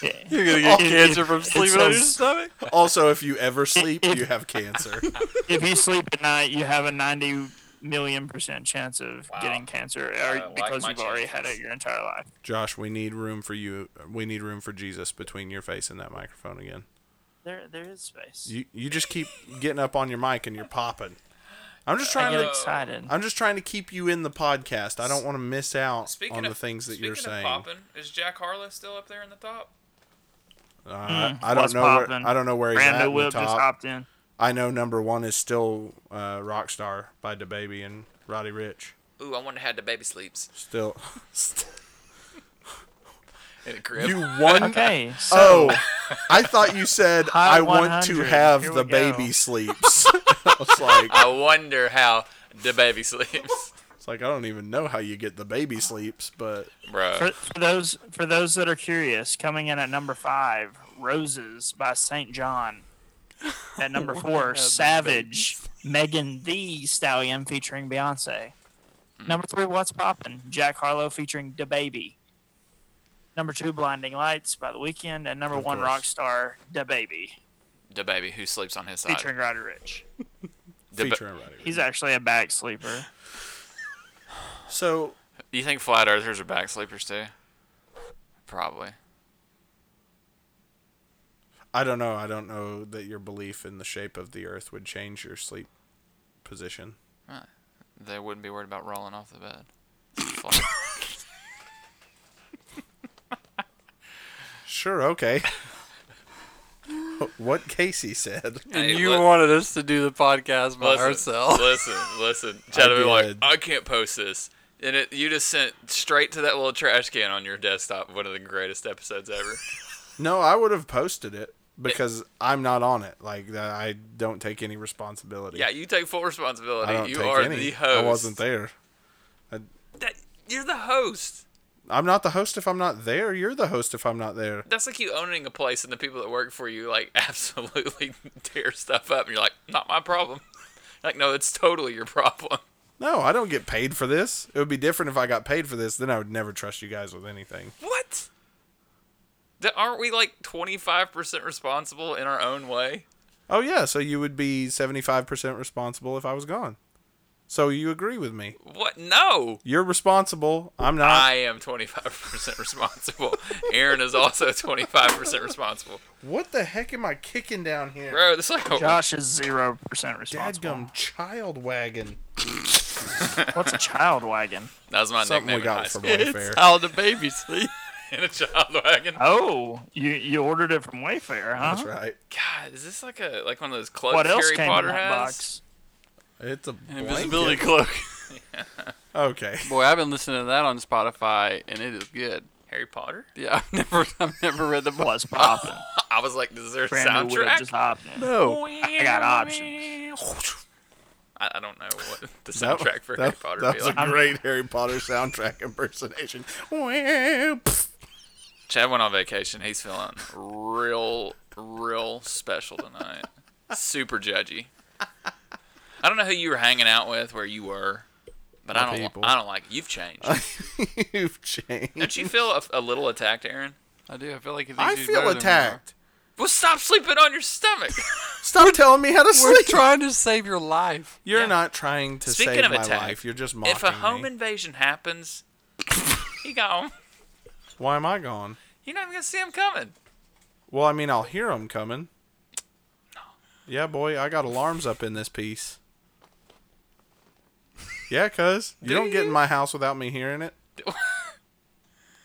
Yeah.
You're gonna get
It-
cancer
it-
from
it
sleeping on your
says-
stomach.
Also, if you ever sleep, you have cancer.
if you sleep at night, you have a 90 million percent chance of
Wow.
getting cancer
I
or,
like
because
my
you've already had it
chances.
your entire life.
Josh, we need room for you. We need room for Jesus between your face and that microphone again.
There, there is space.
You you just keep getting up on your mic and you're popping. I'm just
I
trying
get
to
excited.
I'm just trying to keep you in the podcast. I don't want to miss out
Speaking
on
of
the things that
speaking
you're
of
saying.
Popping, is Jack Harlow still up there in the top?
Uh, I don't
what's
know.
poppin'?
Where, I don't know where he's at
Brando
in the
Whip just
top.
hopped in.
I know number one is still uh, Rockstar by DaBaby and Roddy Rich.
Ooh, I wonder how the baby sleeps
Still,
in a crib.
you won.
Okay, so
Oh, I thought you said
Hot
I want to
100.
have
Here we
the
go."
baby sleeps. I was like,
I wonder how the baby sleeps,
it's like I don't even know how you get the baby sleeps, but
bro.
for, for those for those that are curious, coming in at number five, "Roses" by Saint John. At number four, "Savage," Megan the Stallion featuring Beyonce.
Hmm.
Number three, "What's Poppin'," Jack Harlow featuring DaBaby. Number two, "Blinding Lights" by The Weeknd, and number
Of
one,
course.
"Rockstar" DaBaby Baby
The baby who sleeps on his side.
featuring Roddy Rich.
Da Ba-
featuring Roddy. Ricch.
He's actually a back sleeper.
So
you think flat earthers are back sleepers too? Probably.
I don't know. I don't know that your belief in the shape of the Earth would change your sleep position.
They wouldn't be worried about rolling off the bed. Flat.
Sure. Okay. what Casey said.
Hey,
you
let-
wanted us to do the podcast by
listen,
ourselves.
Listen, listen. Chad would be like,
did.
I can't post this. And it, you just sent straight to that little trash can on your desktop. One of the greatest episodes ever.
No, I would have posted it because I'm not on it. Like that, I don't take any responsibility.
yeah, you take full responsibility.
I don't
you
take
are
any.
the host.
I wasn't there.
That, you're the host.
I'm not the host if I'm not there. You're the host if I'm not there.
That's like you owning a place, and the people that work for you like absolutely tear stuff up, and you're like, "Not my problem." Like, no, it's totally your problem.
No, I don't get paid for this. It would be different if I got paid for this. Then I would never trust you guys with anything.
What? That, aren't we like 25% responsible in our own way?
Oh yeah, so you would be 75% responsible if I was gone. So you agree with me?
What? No.
You're responsible. I'm not.
I am 25% responsible. Aaron is also 25% responsible.
What the heck am I kicking down here?
Bro, this is like a,
Josh is zero percent responsible.
Dadgum child wagon.
What's a child wagon?
that was my
Something
nickname
we
in high
got from
school.
Wayfair.
How the baby sleep.
in a child wagon.
Oh, you you ordered it from Wayfair, huh?
That's right.
God, is this like a like one of those cloaks
What else
Harry
came
Potter
in that
has?
box?
It's a
Invisibility
blanket.
cloak.
Okay.
Boy, I've been listening to that on Spotify, and it is good.
Harry Potter?
Yeah, I've never, I've never read the book.
Was popping.
I was like, is there a
Brandon would
soundtrack?
have just hopped in.
Oh.
No,
I got options.
I, I don't know what the
That-
soundtrack for
that-
Harry Potter
That
be
was
like.
a great Harry Potter soundtrack impersonation. Well, pff.
Chad went on vacation. He's feeling real, real special tonight. Super judgy. I don't know who you were hanging out with, where you were, but I
My
don't.
people.
I don't like. You've changed.
You've changed.
don't you feel a, a little attacked, Aaron?
I do. I feel like it
I
thinks he's
feel
better than we are.
attacked.
Well, stop sleeping on your stomach.
Stop telling me how to
We're
sleep.
trying to save your life.
You're
Yeah.
not trying to
Speaking
save
of
my
attack,
life. You're just mocking
if a home
me.
invasion happens, he gone.
Why am I gone?
You're not even gonna see him coming.
Well, I mean, I'll hear them coming. Yeah, boy, I got alarms up in this piece. Yeah, cuz. You don't get in my house without me hearing it.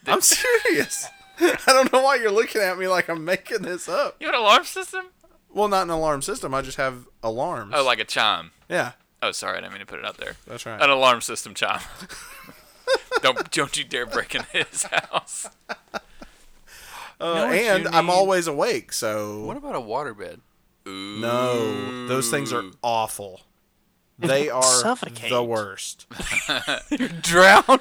I'm serious. I don't know why you're looking at me like I'm making this up.
You have an alarm system?
Well, not an alarm system. I just have alarms.
Oh, like a chime.
yeah,
Oh, sorry, I didn't mean to put it out there.
that's right.
An alarm system chime. don't don't you dare break into his house.
Uh,
know what
and
you
I'm
need?
always awake, so
What about a waterbed?
Ooh.
no, those things are
Mm.
awful. They are
Suffocate.
the worst.
Drown.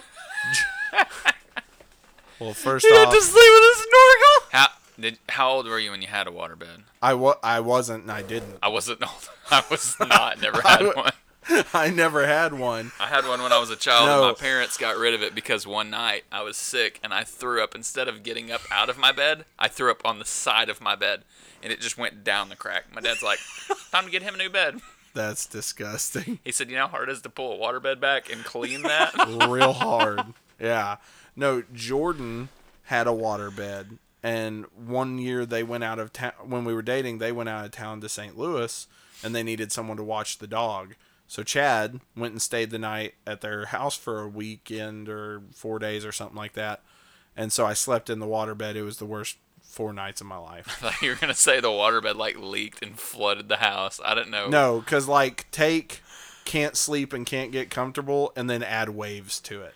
Well, first
You have
off,
to sleep with a snorkel.
How did how old were you when you had a waterbed?
I wa- I wasn't and I didn't.
I wasn't old. I was not. Never
I
had
w-
one.
I never had one.
I had one when I was a child,
No.
and my parents got rid of it because one night I was sick and I threw up. Instead of getting up out of my bed, I threw up on the side of my bed, and it just went down the crack. My dad's like, "Time to get him a new bed."
That's disgusting.
He said, "You know how hard it is to pull a waterbed back and clean that."
Real hard. Yeah. No, Jordan had a waterbed. And one year they went out of town. When we were dating, they went out of town to St. Louis and they needed someone to watch the dog. So Chad went and stayed the night at their house for a weekend or four days or something like that. And so I slept in the waterbed. It was the worst four nights of my life.
Thought you were gonna say the waterbed like leaked and flooded the house. I didn't know.
No, because like take can't sleep and can't get comfortable, and then add waves to it.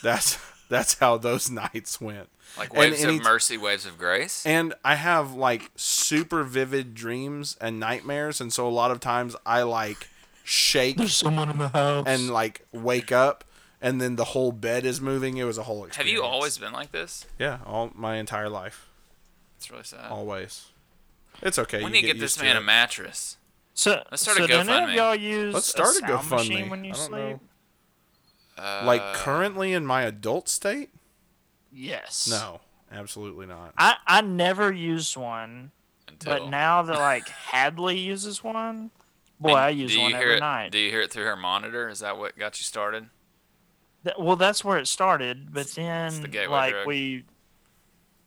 that's that's how those nights went.
Like
And
waves
any-
of mercy, waves of grace.
And I have like super vivid dreams and nightmares, and so a lot of times I like shake
someone in the house.
and like wake up, and then the whole bed is moving. It was a whole
Have
experience.
you always been like this?
Yeah, all my entire life,
It's really sad.
always. It's okay.
we
you
need to get
used
this
to
man
it.
a mattress.
so,
Let's start a
so do any of
GoFundMe.
y'all use
Let's start a
sound machine
GoFundMe.
when you
I don't
sleep?
know.
Uh,
Like currently in my adult state.
Yes.
No, absolutely not.
I, I never used one,
until.
but now that like Hadley uses one, boy, I, use
do you
one
hear
every
it,
night.
Do you hear it through her monitor? Is that what got you started?
Th- well, that's where it started, but then
the gateway
like
drug.
we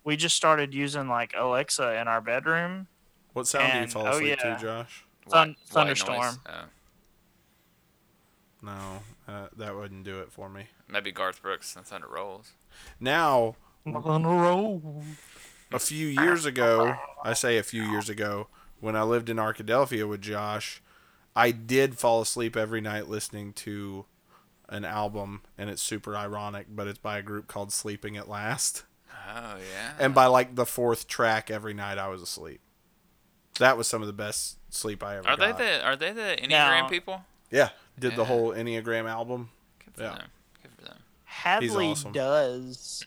we just started using like Alexa in our bedroom.
What sound do you
And-
fall
oh,
asleep
yeah.
to, Josh?
Thun-
White- white
thunderstorm.
noise? Oh,
No, uh, that wouldn't do it for me.
maybe Garth Brooks and Thunder Rolls.
Now,
roll.
a few years ago, I say a few years ago, when I lived in Arkadelphia with Josh, I did fall asleep every night listening to an album, and it's super ironic, but it's by a group called Sleeping at Last.
Oh yeah.
And by like the fourth track, every night I was asleep. That was some of the best sleep I ever
Are they
got.
the Are they the Enneagram
Now-
people?
Yeah, did the
Yeah.
whole Enneagram album.
Good for
Yeah.
them. Good for them.
Hadley
awesome.
does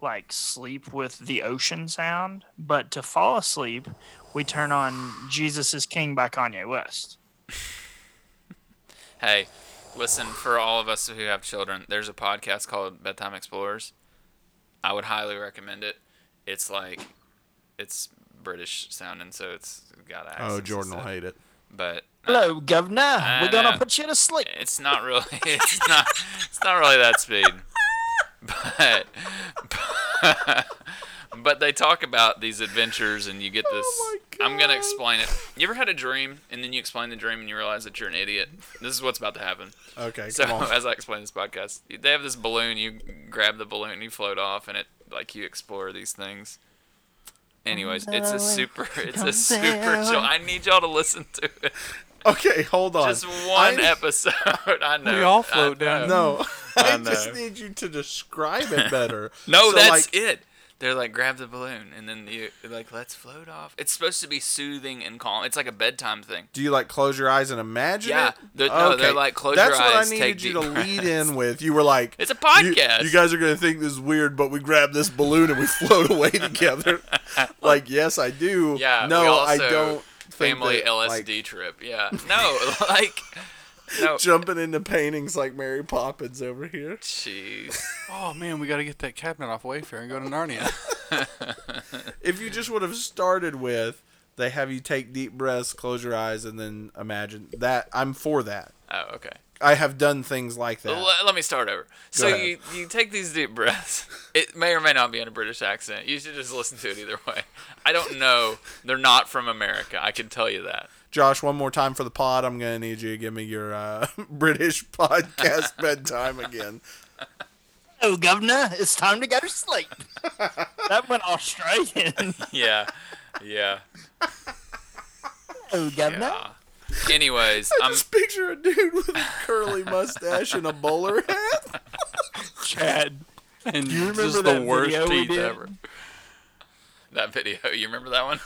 like sleep with the ocean sound, but to fall asleep, we turn on Jesus is King by Kanye West.
Hey, listen for all of us who have children. There's a podcast called Bedtime Explorers. I would highly recommend it. It's like, it's British sounding, so it's got accents.
Oh,
and
Jordan will
stuff.
hate it.
But
Hello, governor. We're gonna
know.
put you to sleep.
it's not really it's not it's not really that speed but but they talk about these adventures and you get
Oh
this i'm gonna explain it you ever had a dream and then you explain the dream and you realize that you're an idiot this is what's about to happen
Okay,
so
come on.
as i explain this podcast they have this balloon you grab the balloon you float off and it like you explore these things anyways it's a super it's a super show i need y'all to listen to it
Okay, hold on.
just one
I-
episode. I know.
We all
I
float down.
know.
No, I just
know.
need you to describe it better.
No,
So,
that's
like,
it. They're like, grab the balloon, and then you they're like, let's float off. It's supposed to be soothing and calm. It's like a bedtime thing.
Do you like close your eyes and imagine?
Yeah,
it?
they're- no, they're like, close
That's
your
what
eyes,
I
take
needed you to lead
deep breaths.
in with. You were like,
It's a
You,
podcast.
you guys are gonna think this is weird, but we grab this balloon and we float away together. like, yes, I do.
Yeah.
No,
we also,
I don't. Think
Family
that,
LSD
Like,
trip. Yeah. No, like, no.
jumping into paintings like Mary Poppins over here.
Jeez.
Oh man, we gotta get that cabinet off Wayfair and go to Narnia.
If you just would have started with, they have you take deep breaths, close your eyes, and then imagine that. I'm for that.
Oh, okay.
I have done things like that.
Let, let me start over. so
ahead.
you, you take these deep breaths. It may or may not be in a British accent. You should just listen to it either way. I don't know. They're not from America. I can tell you that.
Josh, one more time for the pod. I'm gonna need you to give me your uh, British podcast bedtime again.
Hello, governor. It's time to go to sleep. that went Australian.
Yeah. Yeah.
Hello, governor.
Yeah. Anyways, I'm
Just picture a dude with a curly mustache and a bowler hat.
Chad.
And
You
this is
remember
the
that
worst
video we
teeth
did?
ever.
that video. You remember that one?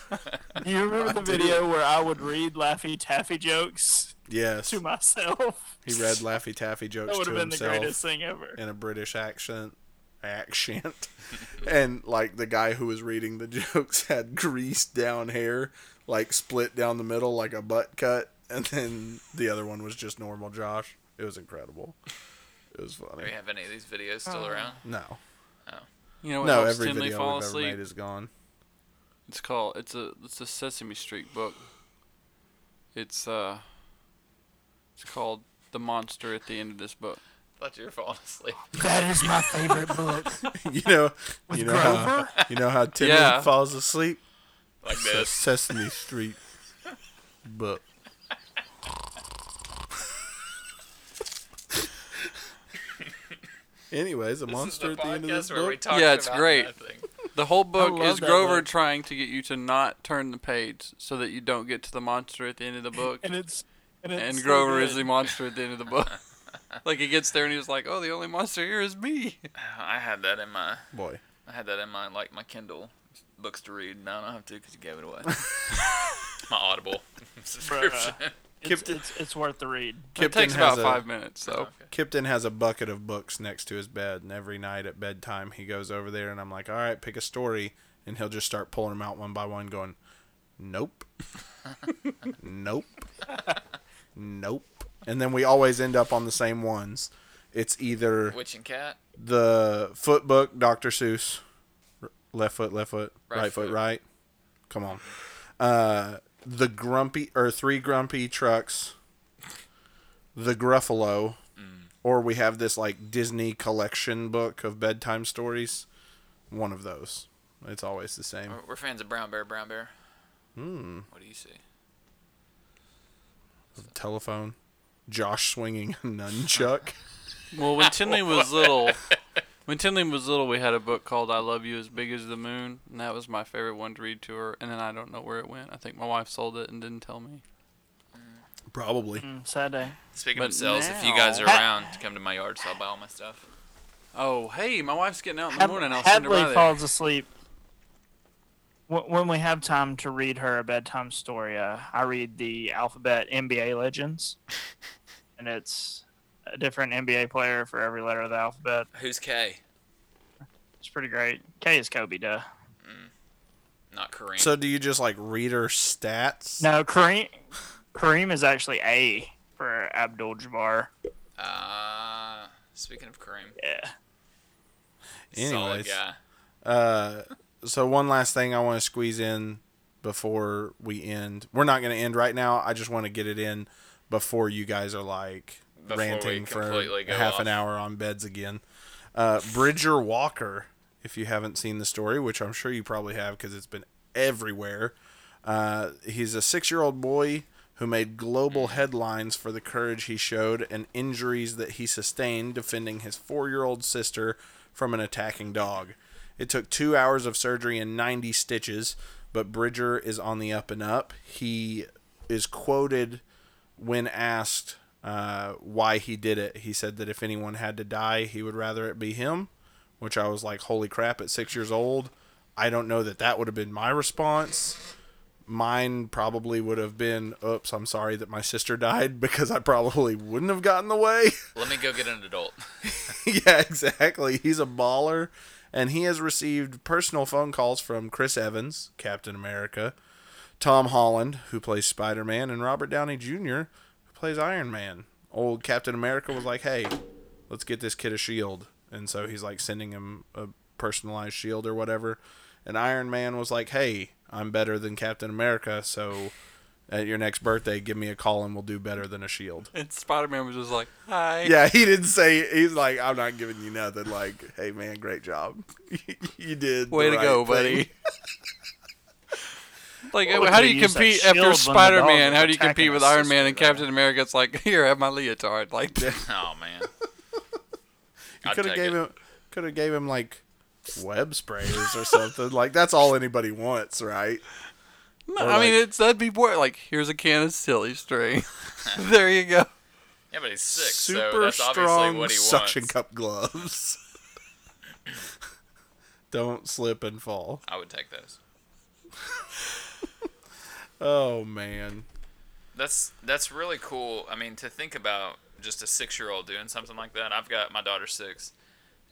Do you remember the video where I would read Laffy Taffy jokes
Yes,
to myself?
he read Laffy Taffy
That
jokes
would
to
have been the greatest
himself
thing ever.
in a British accent. Accent, and like the guy who was reading the jokes had greased down hair, like split down the middle, like a butt cut. and then the other one was just normal Josh. It was incredible. It was
Oh,
Do we
funny.
have any of these videos still around?
No,
You know what
no,
helps
every
Tinley
video
fall
we've ever
asleep?
made is gone.
It's called. It's a. It's a Sesame Street book. It's uh. It's called the monster at the end of this book.
thought you were falling asleep.
That is my favorite book.
You know, you know how
Grover?
you know how Timmy
Yeah.
falls asleep.
Like
It's a
this.
Sesame Street book. Anyways, a monster
this is
at
the
the end of this
podcast where we
book.
talked
Yeah, it's
about
great.
nothing.
The whole book
love
is
that
Grover
book.
trying to get you to not turn the page so that you don't get to the monster at the end of the book.
And it's and, it's
and
so
Grover
good.
is the monster at the end of the book. like he gets there and he's like, "Oh, the only monster here is me."
I had that in my
Boy,
I had that in my like my Kindle books to read. Now I don't have to because you gave it away. my Audible subscription.
It's, it's, it's worth the read.
It
Kipton
takes
has
about
a
five minutes. So
Kipton has a bucket of books next to his bed, and every night at bedtime he goes over there, and I'm like, "All right, pick a story," and he'll just start pulling them out one by one, going, "Nope, nope, nope," and then we always end up on the same ones. It's either
Witch and Cat.
the foot book, Dr. Seuss. R- Left foot, left foot, right,
Right
foot,
foot.
right. Come on. Uh, the grumpy or three grumpy trucks. The Gruffalo, or we have this like Disney collection book of bedtime stories. One of those. It's always the same.
We're, we're fans of Brown Bear. Brown Bear. Hmm. What do you see?
Telephone. Josh swinging a nunchuck.
Well, when Tinley was little, when Tinley was little, we had a book called "I Love You as Big as the Moon," and that was my favorite one to read to her. And then I don't know where it went. I think my wife sold it and didn't tell me.
Probably.
Mm, Sad day.
Speaking of
But
sales, if you guys are around, come to my yard. So I'll buy all my stuff.
Oh, hey, my wife's getting out in the
Had-
morning. I'll send her
Hadley
by there.
falls asleep. Wh- When we have time to read her a bedtime story, uh, I read the Alphabet NBA Legends, and it's a different NBA player for every letter of the alphabet.
Who's K?
It's pretty great. K is Kobe, duh.
Not Kareem.
So do you just like read her stats?
No, Kareem. Kareem is actually A for Abdul Jabbar.
uh, speaking of Kareem,
Yeah.
Anyways.
solid guy.
Uh, so one last thing I want to squeeze in before we end. We're not going to end right now. I just want to get it in before you guys are like
Before we
ranting for
completely go
half an
off.
hour on beds again. Uh, Bridger Walker, if you haven't seen the story, which I'm sure you probably have because it's been everywhere. Uh, he's a six-year-old boy who made global headlines for the courage he showed and injuries that he sustained defending his four-year-old sister from an attacking dog. It took two hours of surgery and 90 stitches, but Bridger is on the up and up. He is quoted when asked uh, why he did it. He said that if anyone had to die, he would rather it be him, which I was like, holy crap, at six years old. I don't know that that would have been my response mine probably would have been oops i'm sorry that my sister died because i probably wouldn't have gotten the way
Let me go get an adult.
yeah exactly he's a baller and he has received personal phone calls from chris evans captain america tom holland who plays spider-man and robert downey jr who plays iron man old captain america was like hey let's get this kid a shield and so he's like sending him a personalized shield or whatever and iron man was like hey i'm better than captain america so at your next birthday give me a call and we'll do better than a shield
And Spider Man was just like, "Hi."
yeah, he didn't say. He's like, I'm not giving you nothing. Like, hey man, great job. you did. the
Way to
right
go,
thing."
buddy. like,
Well,
how
they
do you
use that
compete after
shield when the dog
Spider Man?
was
How do you
attacking
compete with
his
Iron Man and
sister, though?
Captain America? It's like, here, have my leotard. Like,
oh man.
You
I'd
could have
take
gave
it.
him. Could have gave him like web sprayers or something. like that's all anybody wants, right?
No,
Or
I mean,
like-
it's that'd be more like here's a can of silly string. there you go.
Yeah, but he's six, so
Super
that's obviously
strong
what he
suction
wants.
cup gloves. Don't slip and fall.
I would take those.
Oh man.
That's that's really cool. I mean, to think about just a six-year-old doing something like that. I've got my daughter six,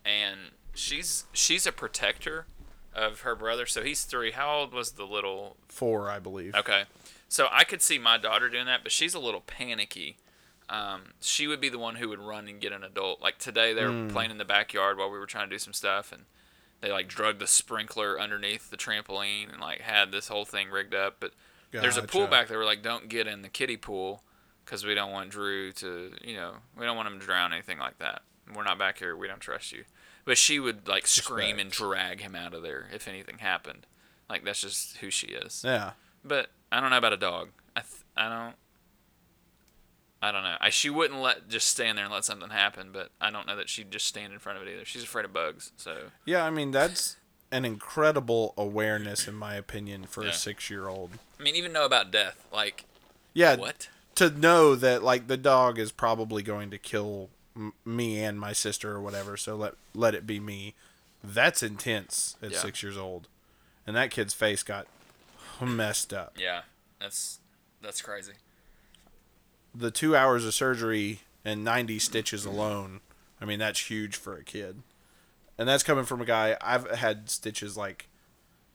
and she's she's a protector of her brother, so he's three. How old was the little?
Four, I believe.
Okay, so I could see my daughter doing that, but she's a little panicky. Um, she would be the one who would run and get an adult. Like today, they were playing in the backyard while we were trying to do some stuff, and they like drug the sprinkler underneath the trampoline and like had this whole thing rigged up. But there's a pool
Gotcha.
back there. We're like, don't get in the kiddie pool because we don't want Drew to, you know, we don't want him to drown anything like that. We're not back here. We don't trust you. But she would like scream and drag him out of there if anything happened. Like that's just who she is.
Yeah.
But I don't know about a dog. I th- I don't. I don't know. I, she wouldn't let just stand there and let something happen, but I don't know that she'd just stand in front of it either. She's afraid of bugs, so
Yeah, I mean that's an incredible awareness, in my opinion, for
Yeah.
a six-year-old.
I mean, even know about death. Like
Yeah,
what?
to know that like the dog is probably going to kill m- me and my sister or whatever, so let let it be me. That's intense at
Yeah.
six years old, and that kid's face got messed up.
Yeah, that's that's crazy.
The two hours of surgery and ninety stitches alone, I mean that's huge for a kid, and that's coming from a guy I've had stitches like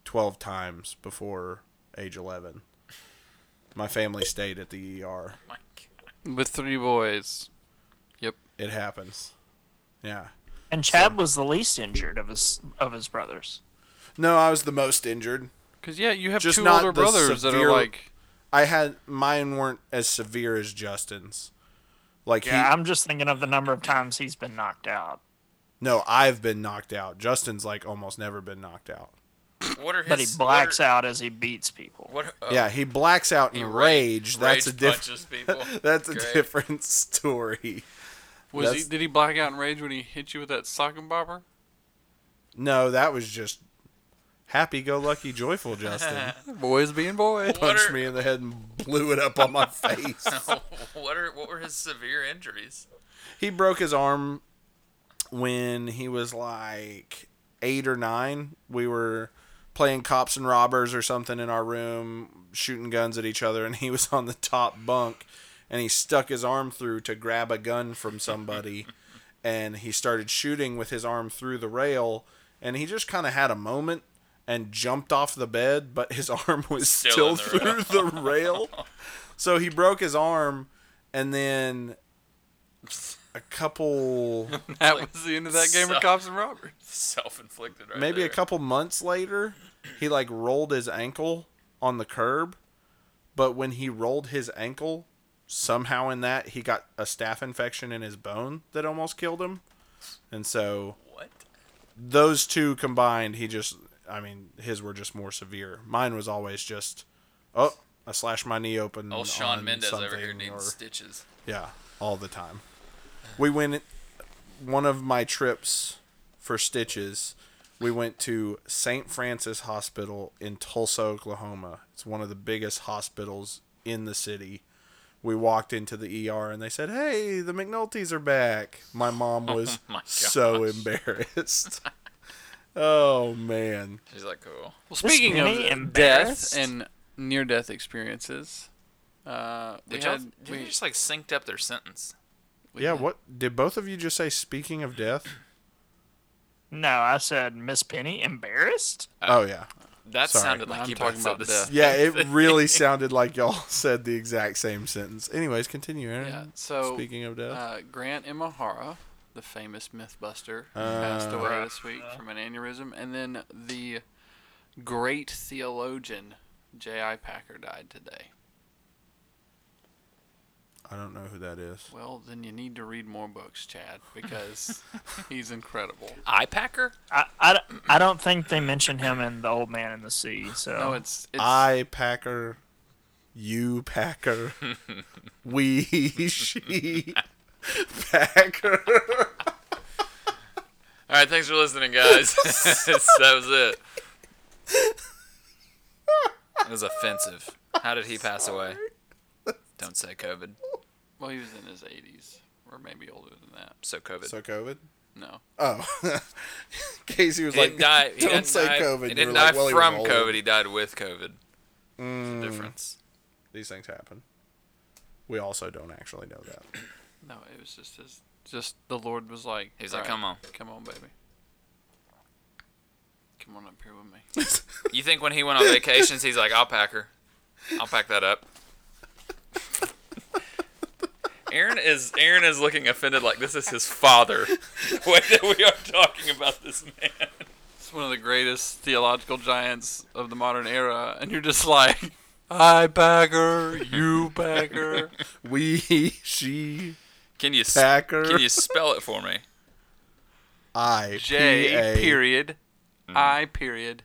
twelve times before age eleven. My family stayed at the ER.
My God.
With three boys.
It happens. Yeah.
And Chad was the least injured of his of his brothers.
No, I was the most injured.
Cause yeah, you have
Just
two
not
older
the
brothers that
severe-
are like.
I had mine weren't as severe as Justin's. Like
Yeah,
he,
I'm just thinking of the number of times he's been knocked out.
no, I've been knocked out. Justin's like almost never been knocked out.
What are his?
But he blacks
what
out as he beats people.
What? Are, oh,
yeah, he blacks out in
he ra-
rage. That's
rage
a different.
punches people.
That's a
Great.
different story.
Was he?
That's-
Did he black out in rage when he hit you with that sock and bopper?
No, that was just happy-go-lucky, joyful Justin
Boys being boys.
What
punched
are-
me in the head and blew it up on my face.
what are what were his severe injuries?
he broke his arm when he was like eight or nine. We were playing cops and robbers or something in our room, shooting guns at each other, and he was on the top bunk and he stuck his arm through to grab a gun from somebody and he started shooting with his arm through the rail and he just kind of had a moment and jumped off the bed but his arm was
Still
still,
in the rail.
through the rail so he broke his arm and then a couple
That was the end of that game
So-
of cops and robbers.
Self-inflicted, right
maybe a
there.
couple months later he like rolled his ankle on the curb but when he rolled his ankle somehow in that he got a staph infection in his bone that almost killed him and so
What?
those two combined he just i mean his were just more severe mine was always just oh i slashed my knee open
Old Sean
on
Mendez Oh, over here
something
needs
or-
stitches.
yeah, all the time. We went one of my trips for stitches. We went to St. Francis Hospital in Tulsa, Oklahoma. It's one of the biggest hospitals in the city. We walked into the ER and they said, "Hey, the McNulty's are back." Oh My mom was
my
so embarrassed. oh man.
He's like, cool.
Well, speaking
me
of
embarrassed?
death and near-death experiences, uh, we
Did, y'all,
had
did
we,
you just like synced up their sentence?
we-
Yeah, what did both of you just say speaking of death?
No, I said Miss Penny embarrassed.
Oh yeah.
That
Sorry.
sounded like
I'm
you
talking
both said
about
this.
death.
Yeah, it really sounded like y'all said the exact same sentence. Anyways, continue, Aaron.
Yeah. So
Speaking of death,
Uh, Grant Imahara, the famous MythBuster, who passed
Uh,
away this week from an aneurysm, and then the great theologian J.I. Packer died today.
I don't know who that is.
Well, then you need to read more books, Chad, because he's incredible.
Eye packer?
I, I, d- I don't think they mention him in The Old Man in the Sea. So
No, it's it's
I Packer, you Packer, we she Packer.
All right, thanks for listening, guys. that was it. It was offensive. How did he pass away? Don't say COVID.
well, he was in his 80s or maybe older than that.
So COVID.
So COVID.
No,
Oh, Casey was
he
like,
didn't die. He
"Don't
didn't
say
die,
COVID."
He
You
didn't
were like,
die
"Well, he was
from
old."
COVID. He died with COVID. There's a difference.
These things happen. We also don't actually know that.
no, it was just his. Just the Lord was like,
He's like,
"Alright,
"Come on."
come on, baby." Come on up here with me.
You think when he went on vacations, he's like, I'll pack her. I'll pack that up. Aaron is Aaron is looking offended like this is his father. The way that we are talking about this man.
It's one of the greatest theological giants of the modern era, and you're just like, I bagger, you bagger.
We, she,
Can you s-
Packer.
can you spell it for me?
I,
J
P, A. Mm.
period, I period,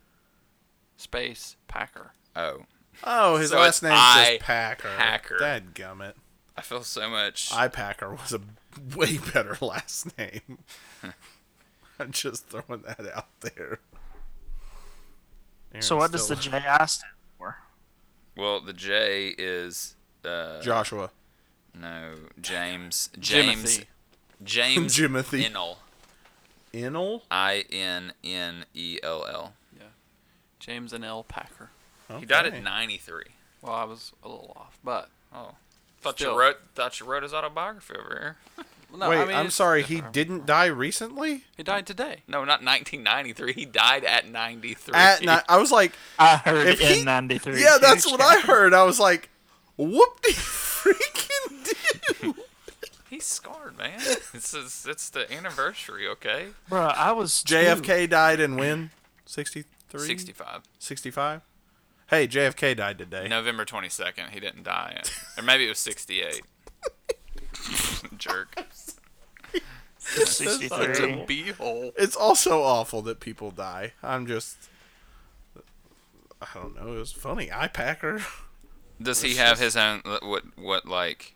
space Packer.
Oh,
Oh, his
So
last
it's
name
I
is Packer.
Packer.
Dad gummit.
I feel so much.
I Packer was a way better last name. I'm just throwing that out there.
So what does the J I stand for?
well, the J is uh,
Joshua?
no James James
Jimothy.
James
Jimothy.
Innell.
Innel?
I N N E L L.
Yeah. James and L. Packer.
He died
Okay.
at 93.
Well, I was a little off, but
Oh, thought
Still.
you wrote thought you wrote his autobiography over here.
no,
Wait,
I mean,
I'm
it's-
sorry. He didn't die recently.
He died today.
No, not 1993. He died at 93.
At ni- I was like,
I heard
If he-
in '93.
yeah, that's what I heard. I was like, whoop de freaking do.
He's scarred, man. It's is it's the anniversary, okay?
Bro, I was two.
JFK died in when? 63?
65.
65? Hey, JFK died today.
November 22nd. He didn't die. Yet. Or maybe it was 68. Jerk.
It's a
63.
beehole.
It's also awful that people die. I'm just. I don't know. It was funny. I Packer.
Does he have his own what what like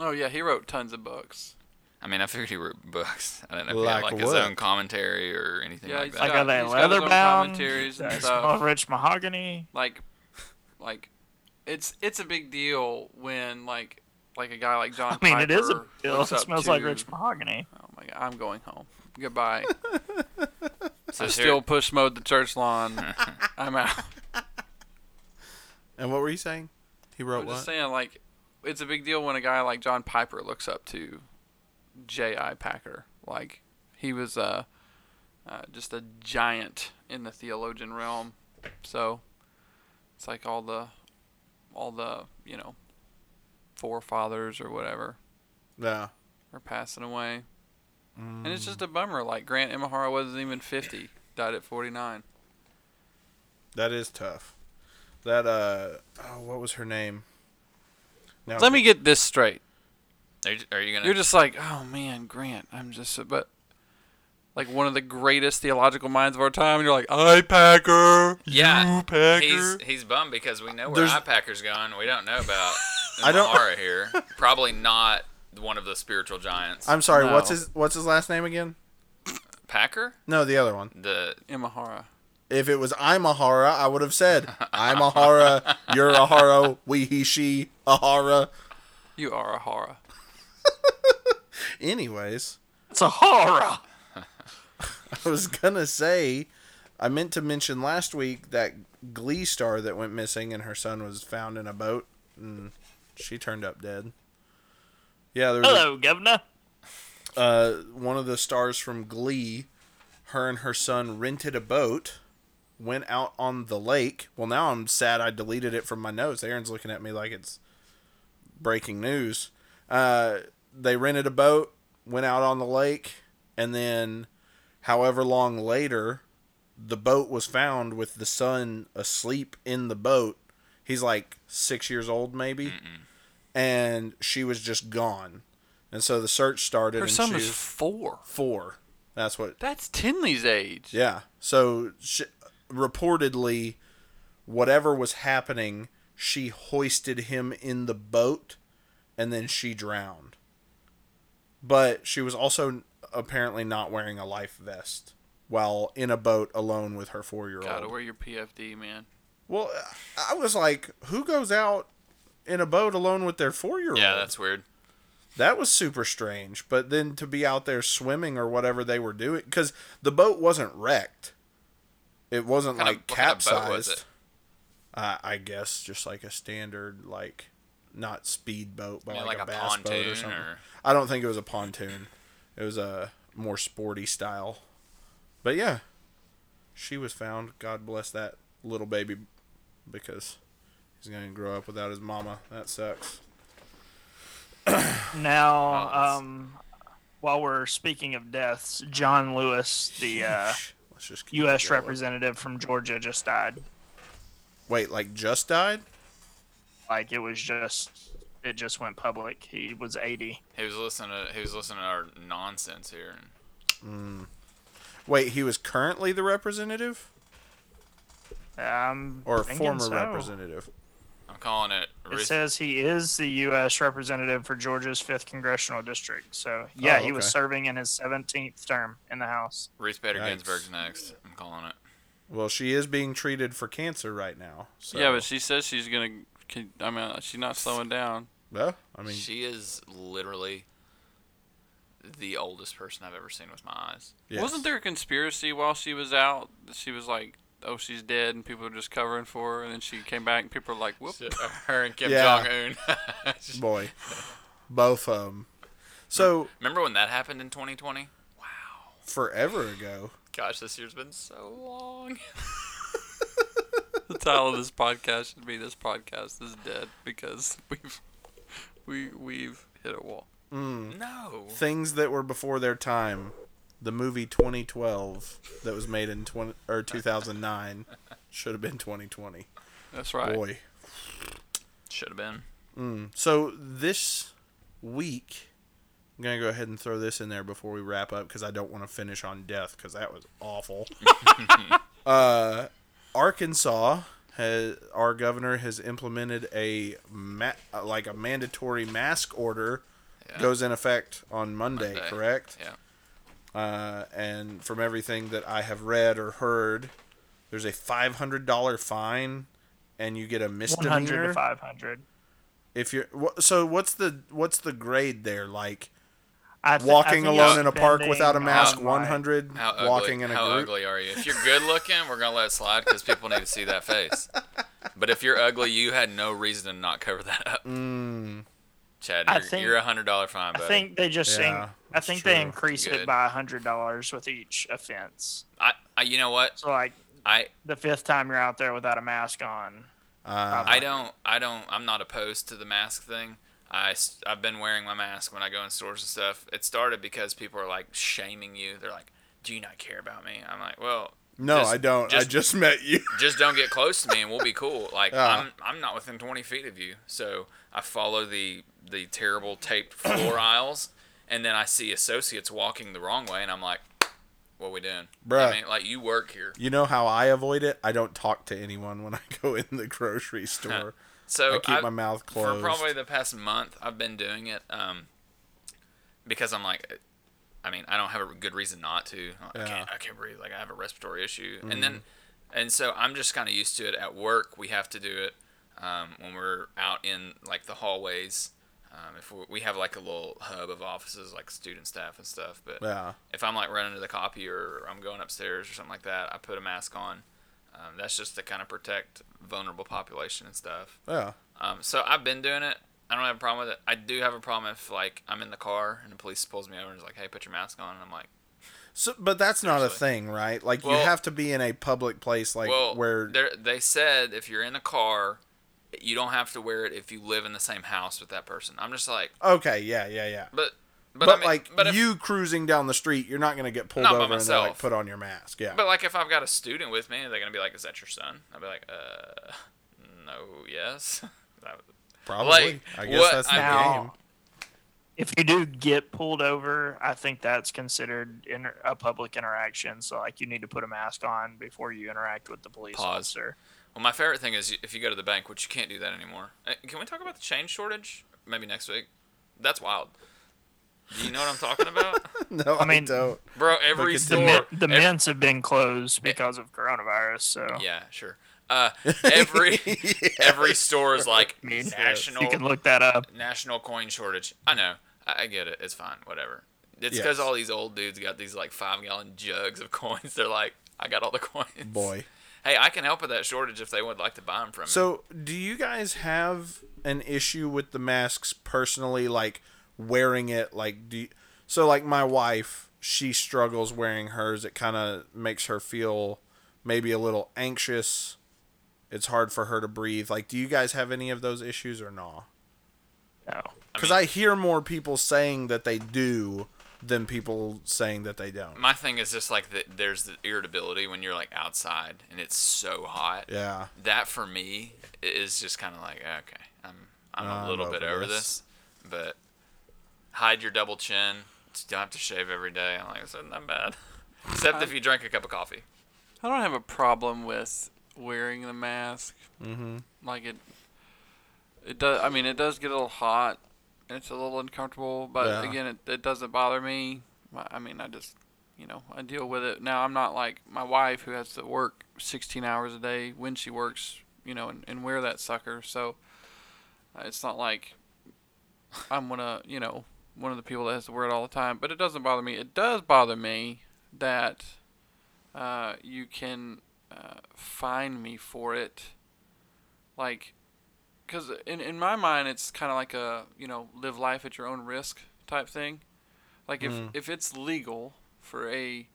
Oh yeah, he wrote tons of books.
I mean, I figured he wrote books. I don't know if he had
Like
like his
what?
own commentary or anything
Yeah,
like
he's
that.
Like are they
He's got his own
leatherbound?
commentaries and
That's
stuff.
called Rich mahogany.
Like, like, it's it's a big deal when like like a guy like John.
I mean, it is a
Piper
bill. It
looks up
smells like
to-
rich mahogany.
Oh my god, I'm going home. Goodbye. Still
So still
push mowed the church lawn. I'm out.
And what were you saying? He wrote
I'm just
what?
saying, like, it's a big deal when a guy like John Piper looks up to J.I. Packer. Like, he was uh, uh, just a giant in the theologian realm. So, it's like all the, all the, you know, forefathers or whatever
No.
are passing away. And it's just a bummer. Like, Grant Imahara wasn't even 50, died at 49.
That is tough. That, uh. Oh, what was her name? Now,
Let me get this straight.
are you, are you gonna?
You're just like, oh man, Grant. I'm just, so- but like one of the greatest theological minds of our time. And you're like, I Packer,
yeah.
you Packer.
He's he's bummed because we know where
There's-
iPacker's gone. We don't know about
I don't-
Mara here. Probably not one of the spiritual giants.
I'm sorry. What's
No.
his What's his last name again?
Packer.
No, the other one.
The
Imahara.
If it was Imahara, I would have said Imahara, you're a haro, we he she, ahara.
You are a horror.
Anyways,
It's a horror.
I was gonna say, I meant to mention last week that Glee star that went missing and her son was found in a boat and she turned up dead. Yeah, there was a-
Hello, governor.
uh, one of the stars from Glee. Her and her son rented a boat, went out on the lake. Well, now I'm sad I deleted it from my notes. Aaron's looking at me like it's breaking news. Uh, they rented a boat, went out on the lake, and then, however long later, the boat was found with the son asleep in the boat. He's like six years old, maybe, and she was just gone. And so the search started.
Her
and
son
she
was four.
four. That's what.
That's Tinley's age.
Yeah. So sh reportedly, whatever was happening, she hoisted him in the boat, and then she drowned. But she was also apparently not wearing a life vest while in a boat alone with her
Gotta
four-year-old.
wear your PFD, man.
Well, I was like, who goes out in a boat alone with their four-year-old?
yeah, that's weird.
That was super strange. But then to be out there swimming or whatever they were doing, because the boat wasn't wrecked. It wasn't
What kind
like
of- what kind of
capsized.
boat was it?
I, I guess just like a standard, like not speed boat, but
I mean,
like,
like
a,
a
bass boat
pontoon
or something.
or-
I don't think it was a pontoon. It was a more sporty style. But yeah, she was found. God bless that little baby because he's going to grow up without his mama. That sucks. Oh,
Now,
Well, it's-
um, while we're speaking of deaths, John Lewis, the uh,
Let's just keep
U.S.
going.
representative from Georgia, just died.
Wait, like just died?
Like it was just, it just went public. He was 80.
He was listening to he was listening to our nonsense here. And
Wait, he was currently the representative
Um,
or
thinking
former
so.
representative?
I'm calling it.
It
re-
says he is the U.S. representative for Georgia's fifth congressional district. So yeah, he was
Oh, okay.
serving in his 17th term in the House.
Reese Bader
Yikes.
Ginsburg's next. I'm calling it.
Well, she is being treated for cancer right now. So.
Yeah, but she says she's gonna. can- I mean, she's not slowing down.
Well, I mean,
she is literally the oldest person I've ever seen with my eyes.
yes.
Wasn't there a conspiracy while she was out? that She was like, "Oh, she's dead," and people were just covering for her. And then she came back, and people were like, "Whoop!"
Her and Kim
Yeah.
Jong Un.
boy? Both of them. So
Remember when that happened in 2020?
forever ago.
Gosh, this year's been so long.
the title of this podcast should be "This podcast is dead" because we've we we've hit a wall.
No.
things that were before their time. The movie 2012 that was made in 20 or 2009 should have been 2020.
That's right.
Boy.
Should have been.
So this week I'm going to go ahead and throw this in there before we wrap up cuz I don't want to finish on death cuz that was awful. uh Arkansas has, our governor has implemented a ma- like a mandatory mask order goes in effect on Monday.
Monday.
correct?
Yeah.
uh, and from everything that I have read or heard, there's a five hundred dollar fine, and you get a
100 to
misdemeanor
500.
if you're. wha- So what's the what's the grade there? Like
I thi- I
walking
think um,
alone
it's
in a park without a
depending
mask,
on,
one
like-
hundred.
How ugly,
Walking in a
how
group.
ugly are you? If you're good looking, we're gonna let it slide because people need to see that face. But if you're ugly, you had no reason to not cover that up.
Mm.
Chad,
I
you're,
think-
you're a hundred dollar fine,
I
buddy.
think they just
Yeah,
think I
that's
think they
true.
increased
Good.
it by hundred dollars with each offense.
I, I, you know what?
So like
I,
the fifth time you're out there without a mask on,
Uh,
I don't, I don't, I'm not opposed to the mask thing. I, s- I've been wearing my mask when I go in stores and stuff. It started because people are like shaming you. They're like, "Do you not care about me?" I'm like, "Well,
no,
just-
I don't. I
just-
just met you.
just don't get close to me and we'll be cool. Like
Yeah.
I'm I'm not within 20 feet of you, so I follow the the terrible taped floor aisles, and then I see associates walking the wrong way, and I'm like, what we doing,
Bruh.
I mean, like you work here,
You know how I avoid it? I don't talk to anyone when I go in the grocery store.
so
I keep
I've-
my mouth
for
closed.
probably the past month. I've been doing it um, because I'm like. I mean, I don't have a good reason not to. I can't. I can't breathe. Like I have a respiratory issue, and then, and so I'm just kind of used to it. At work, we have to do it um, when we're out in like the hallways. Um, if we, we have like a little hub of offices, like student staff and stuff, but
Yeah.
if I'm like running to the copy or I'm going upstairs or something like that, I put a mask on. Um, that's just to kind of protect vulnerable population and stuff.
yeah.
Um, so I've been doing it. I don't have a problem with it. I do have a problem if like I'm in the car and the police pulls me over and is like, "Hey, put your mask on," and I'm like,
So, but that's not a
Seriously.
thing, right? Like you
Well-
have to be in a public place, like
"Well,
where
they're- they said if you're in a car, you don't have to wear it if you live in the same house with that person." I'm just like,
Okay, yeah, yeah, yeah. But,
but but, I mean,
like
but if,
you cruising down the street, you're not gonna get pulled
Not by
over and they're like
myself.
put on your mask. Yeah.
But like, if I've got a student with me, they're gonna be like, "Is that your son?" I'll be like, "Uh, no, yes." That-
Probably.
like,
I guess
what
that's the
I-
game.
Now- if you do get pulled over, I think that's considered inter- a public interaction. So like you need to put a mask on before you interact with the police
Pause.
officer.
well, my favorite thing is if you go to the bank, which you can't do that anymore. Uh, Can we talk about the change shortage? Maybe next week. That's wild. Do you know what I'm talking about,
No, I,
I mean-
don't.
bro? Every
Look at
The,
Or-
store,
min- the
ev-
mints have been closed because of coronavirus. So
yeah, sure. Uh, every every store is like
I mean,
national.
you can look that up.
national coin shortage. I know. I, I get it. It's fine. Whatever. It's
Yes.
because all these old dudes got these like five gallon jugs of coins. They're like, I got all the coins.
Boy.
Hey, I can help with that shortage if they would like to buy them from me.
So do you guys have an issue with the masks personally, like wearing it like do you, so like my wife, she struggles wearing hers. It kinda makes her feel maybe a little anxious. It's hard for her to breathe. Like, do you guys have any of those issues or not? Nah?
No.
Because I hear more people saying that they do than people saying that they don't.
My thing is just like that. There's the irritability when you're like outside and it's so hot.
Yeah.
That for me i- is just kind of like "Ah, okay, I'm I'm
I'm
a little bit
over
over
this.
this. but hide your double chin. Just don't have to shave every day. Like I said, not bad. Except if you drink a cup of coffee.
I don't have a problem with wearing the mask. Mm-hmm. Like it, it does. I mean, it does get a little hot, and it's a little uncomfortable. But
Yeah.
again, it, it doesn't bother me. I I mean, I just, you know, I deal with it. Now I'm not like my wife who has to work 16 hours a day when she works, you know, and, and wear that sucker. So uh, it's not like I'm gonna, you know, one of the people that has to wear it all the time. But it doesn't bother me. It does bother me that uh, you can uh, fine me for it. Like, because in, in my mind, it's kind of like a, you know, live life at your own risk type thing. Like, if, if it's legal for a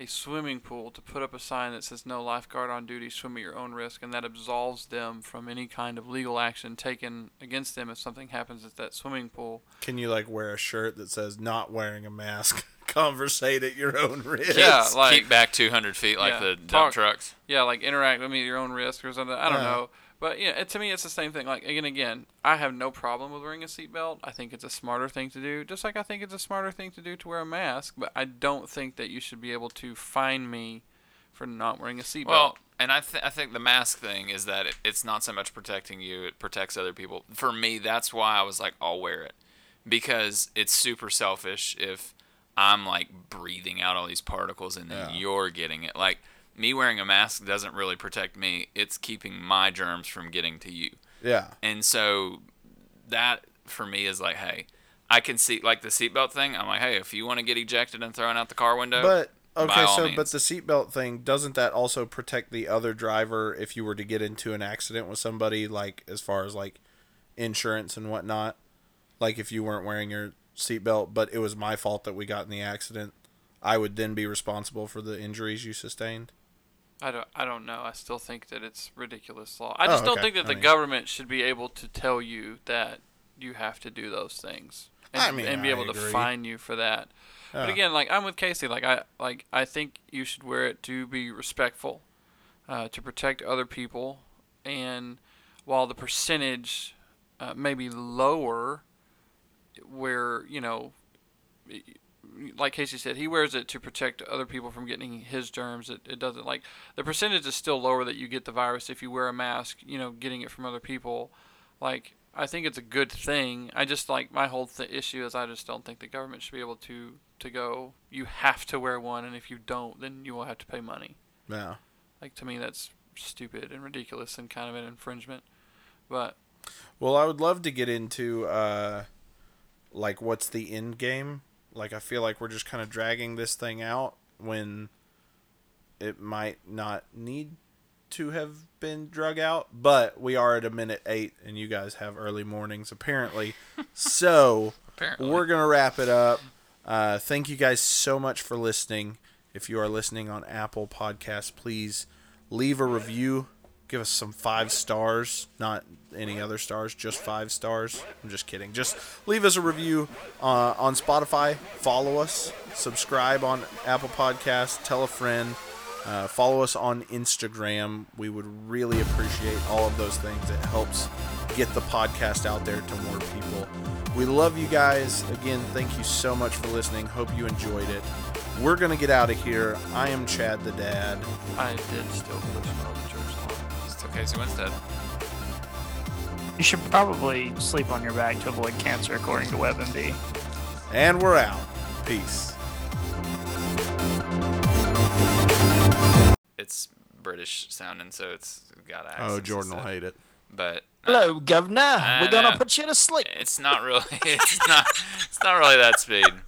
a swimming pool to put up a sign that says no lifeguard on duty, swim at your own risk, and that absolves them from any kind of legal action taken against them if something happens at that swimming pool.
Can you like wear a shirt that says "Not wearing a mask"? Conversate at your own risk.
Yeah,
Just
like-
keep back 200 feet like
Yeah.
the
Talk-
dump trucks.
yeah, like interact with me at your own risk or something. I don't
Yeah.
know. But yeah, it, to me, it's the same thing. Like again, again, I have no problem with wearing a seatbelt. I think it's a smarter thing to do, just like I think it's a smarter thing to do to wear a mask. But I don't think that you should be able to fine me for not wearing a seatbelt.
Well, and I, th- I think the mask thing is that it, it's not so much protecting you, it protects other people. For me, that's why I was like, I'll wear it. Because it's super selfish if I'm like breathing out all these particles and then
Yeah.
you're getting it. Like, me wearing a mask doesn't really protect me, it's keeping my germs from getting to you.
Yeah.
And so that for me is like, hey, I can see like the seatbelt thing. I'm like, hey, if you want to get ejected and thrown out the car window,
But
uh, by
okay,
all
so
means.
but the seatbelt thing doesn't that also protect the other driver if you were to get into an accident with somebody? Like as far as like insurance and whatnot. Like if you weren't wearing your seatbelt, but it was my fault that we got in the accident, I would then be responsible for the injuries you sustained.
I don't. I don't know. I still think that it's ridiculous law. I just don't
Oh, okay.
think that
I
the
mean-
government should be able to tell you that you have to do those things and,
I mean,
and be
I
able to
agree.
fine you for that. But
Yeah.
again, like I'm with Casey. Like I like I think you should wear it to be respectful, uh, to protect other people, and while the percentage uh, may be lower, where you know like Casey said, he wears it to protect other people from getting his germs. It, it doesn't like the percentage is still lower that you get the virus if you wear a mask, you know, getting it from other people. Like, I think it's a good thing. I just like my whole th- issue is I just don't think the government should be able to to go, you have to wear one, and if you don't, then you will have to pay money.
Yeah.
Like, to me, that's stupid and ridiculous and kind of an infringement. But
Well, I would love to get into uh, like what's the end game? Like I feel like we're just kind of dragging this thing out when it might not need to have been drug out, but we are at a minute 8 and you guys have early mornings apparently. so,
Apparently.
we're going to wrap it up. Uh, thank you guys so much for listening. If you are listening on Apple Podcasts, please leave a review. Give us some five stars, not any other stars, just five stars. I'm just kidding. Just leave us a review uh, on Spotify. Follow us. Subscribe on Apple Podcasts. Tell a friend. Uh, follow us on Instagram. We would really appreciate all of those things. It helps get the podcast out there to more people. We love you guys. Again, thank you so much for listening. Hope you enjoyed it. We're going to get out of here. I am Chad the Dad.
I did still push on the church lawn.
it's okay. So Winstead.
You should probably sleep on your back to avoid cancer, according to WebMD.
And we're out. Peace.
it's British sounding, so it's got accents.
Oh,
and
Jordan will
stuff.
hate it.
But uh,
Hello, governor. We're gonna
know.
put you to sleep.
it's not really. It's not. It's not really that speed.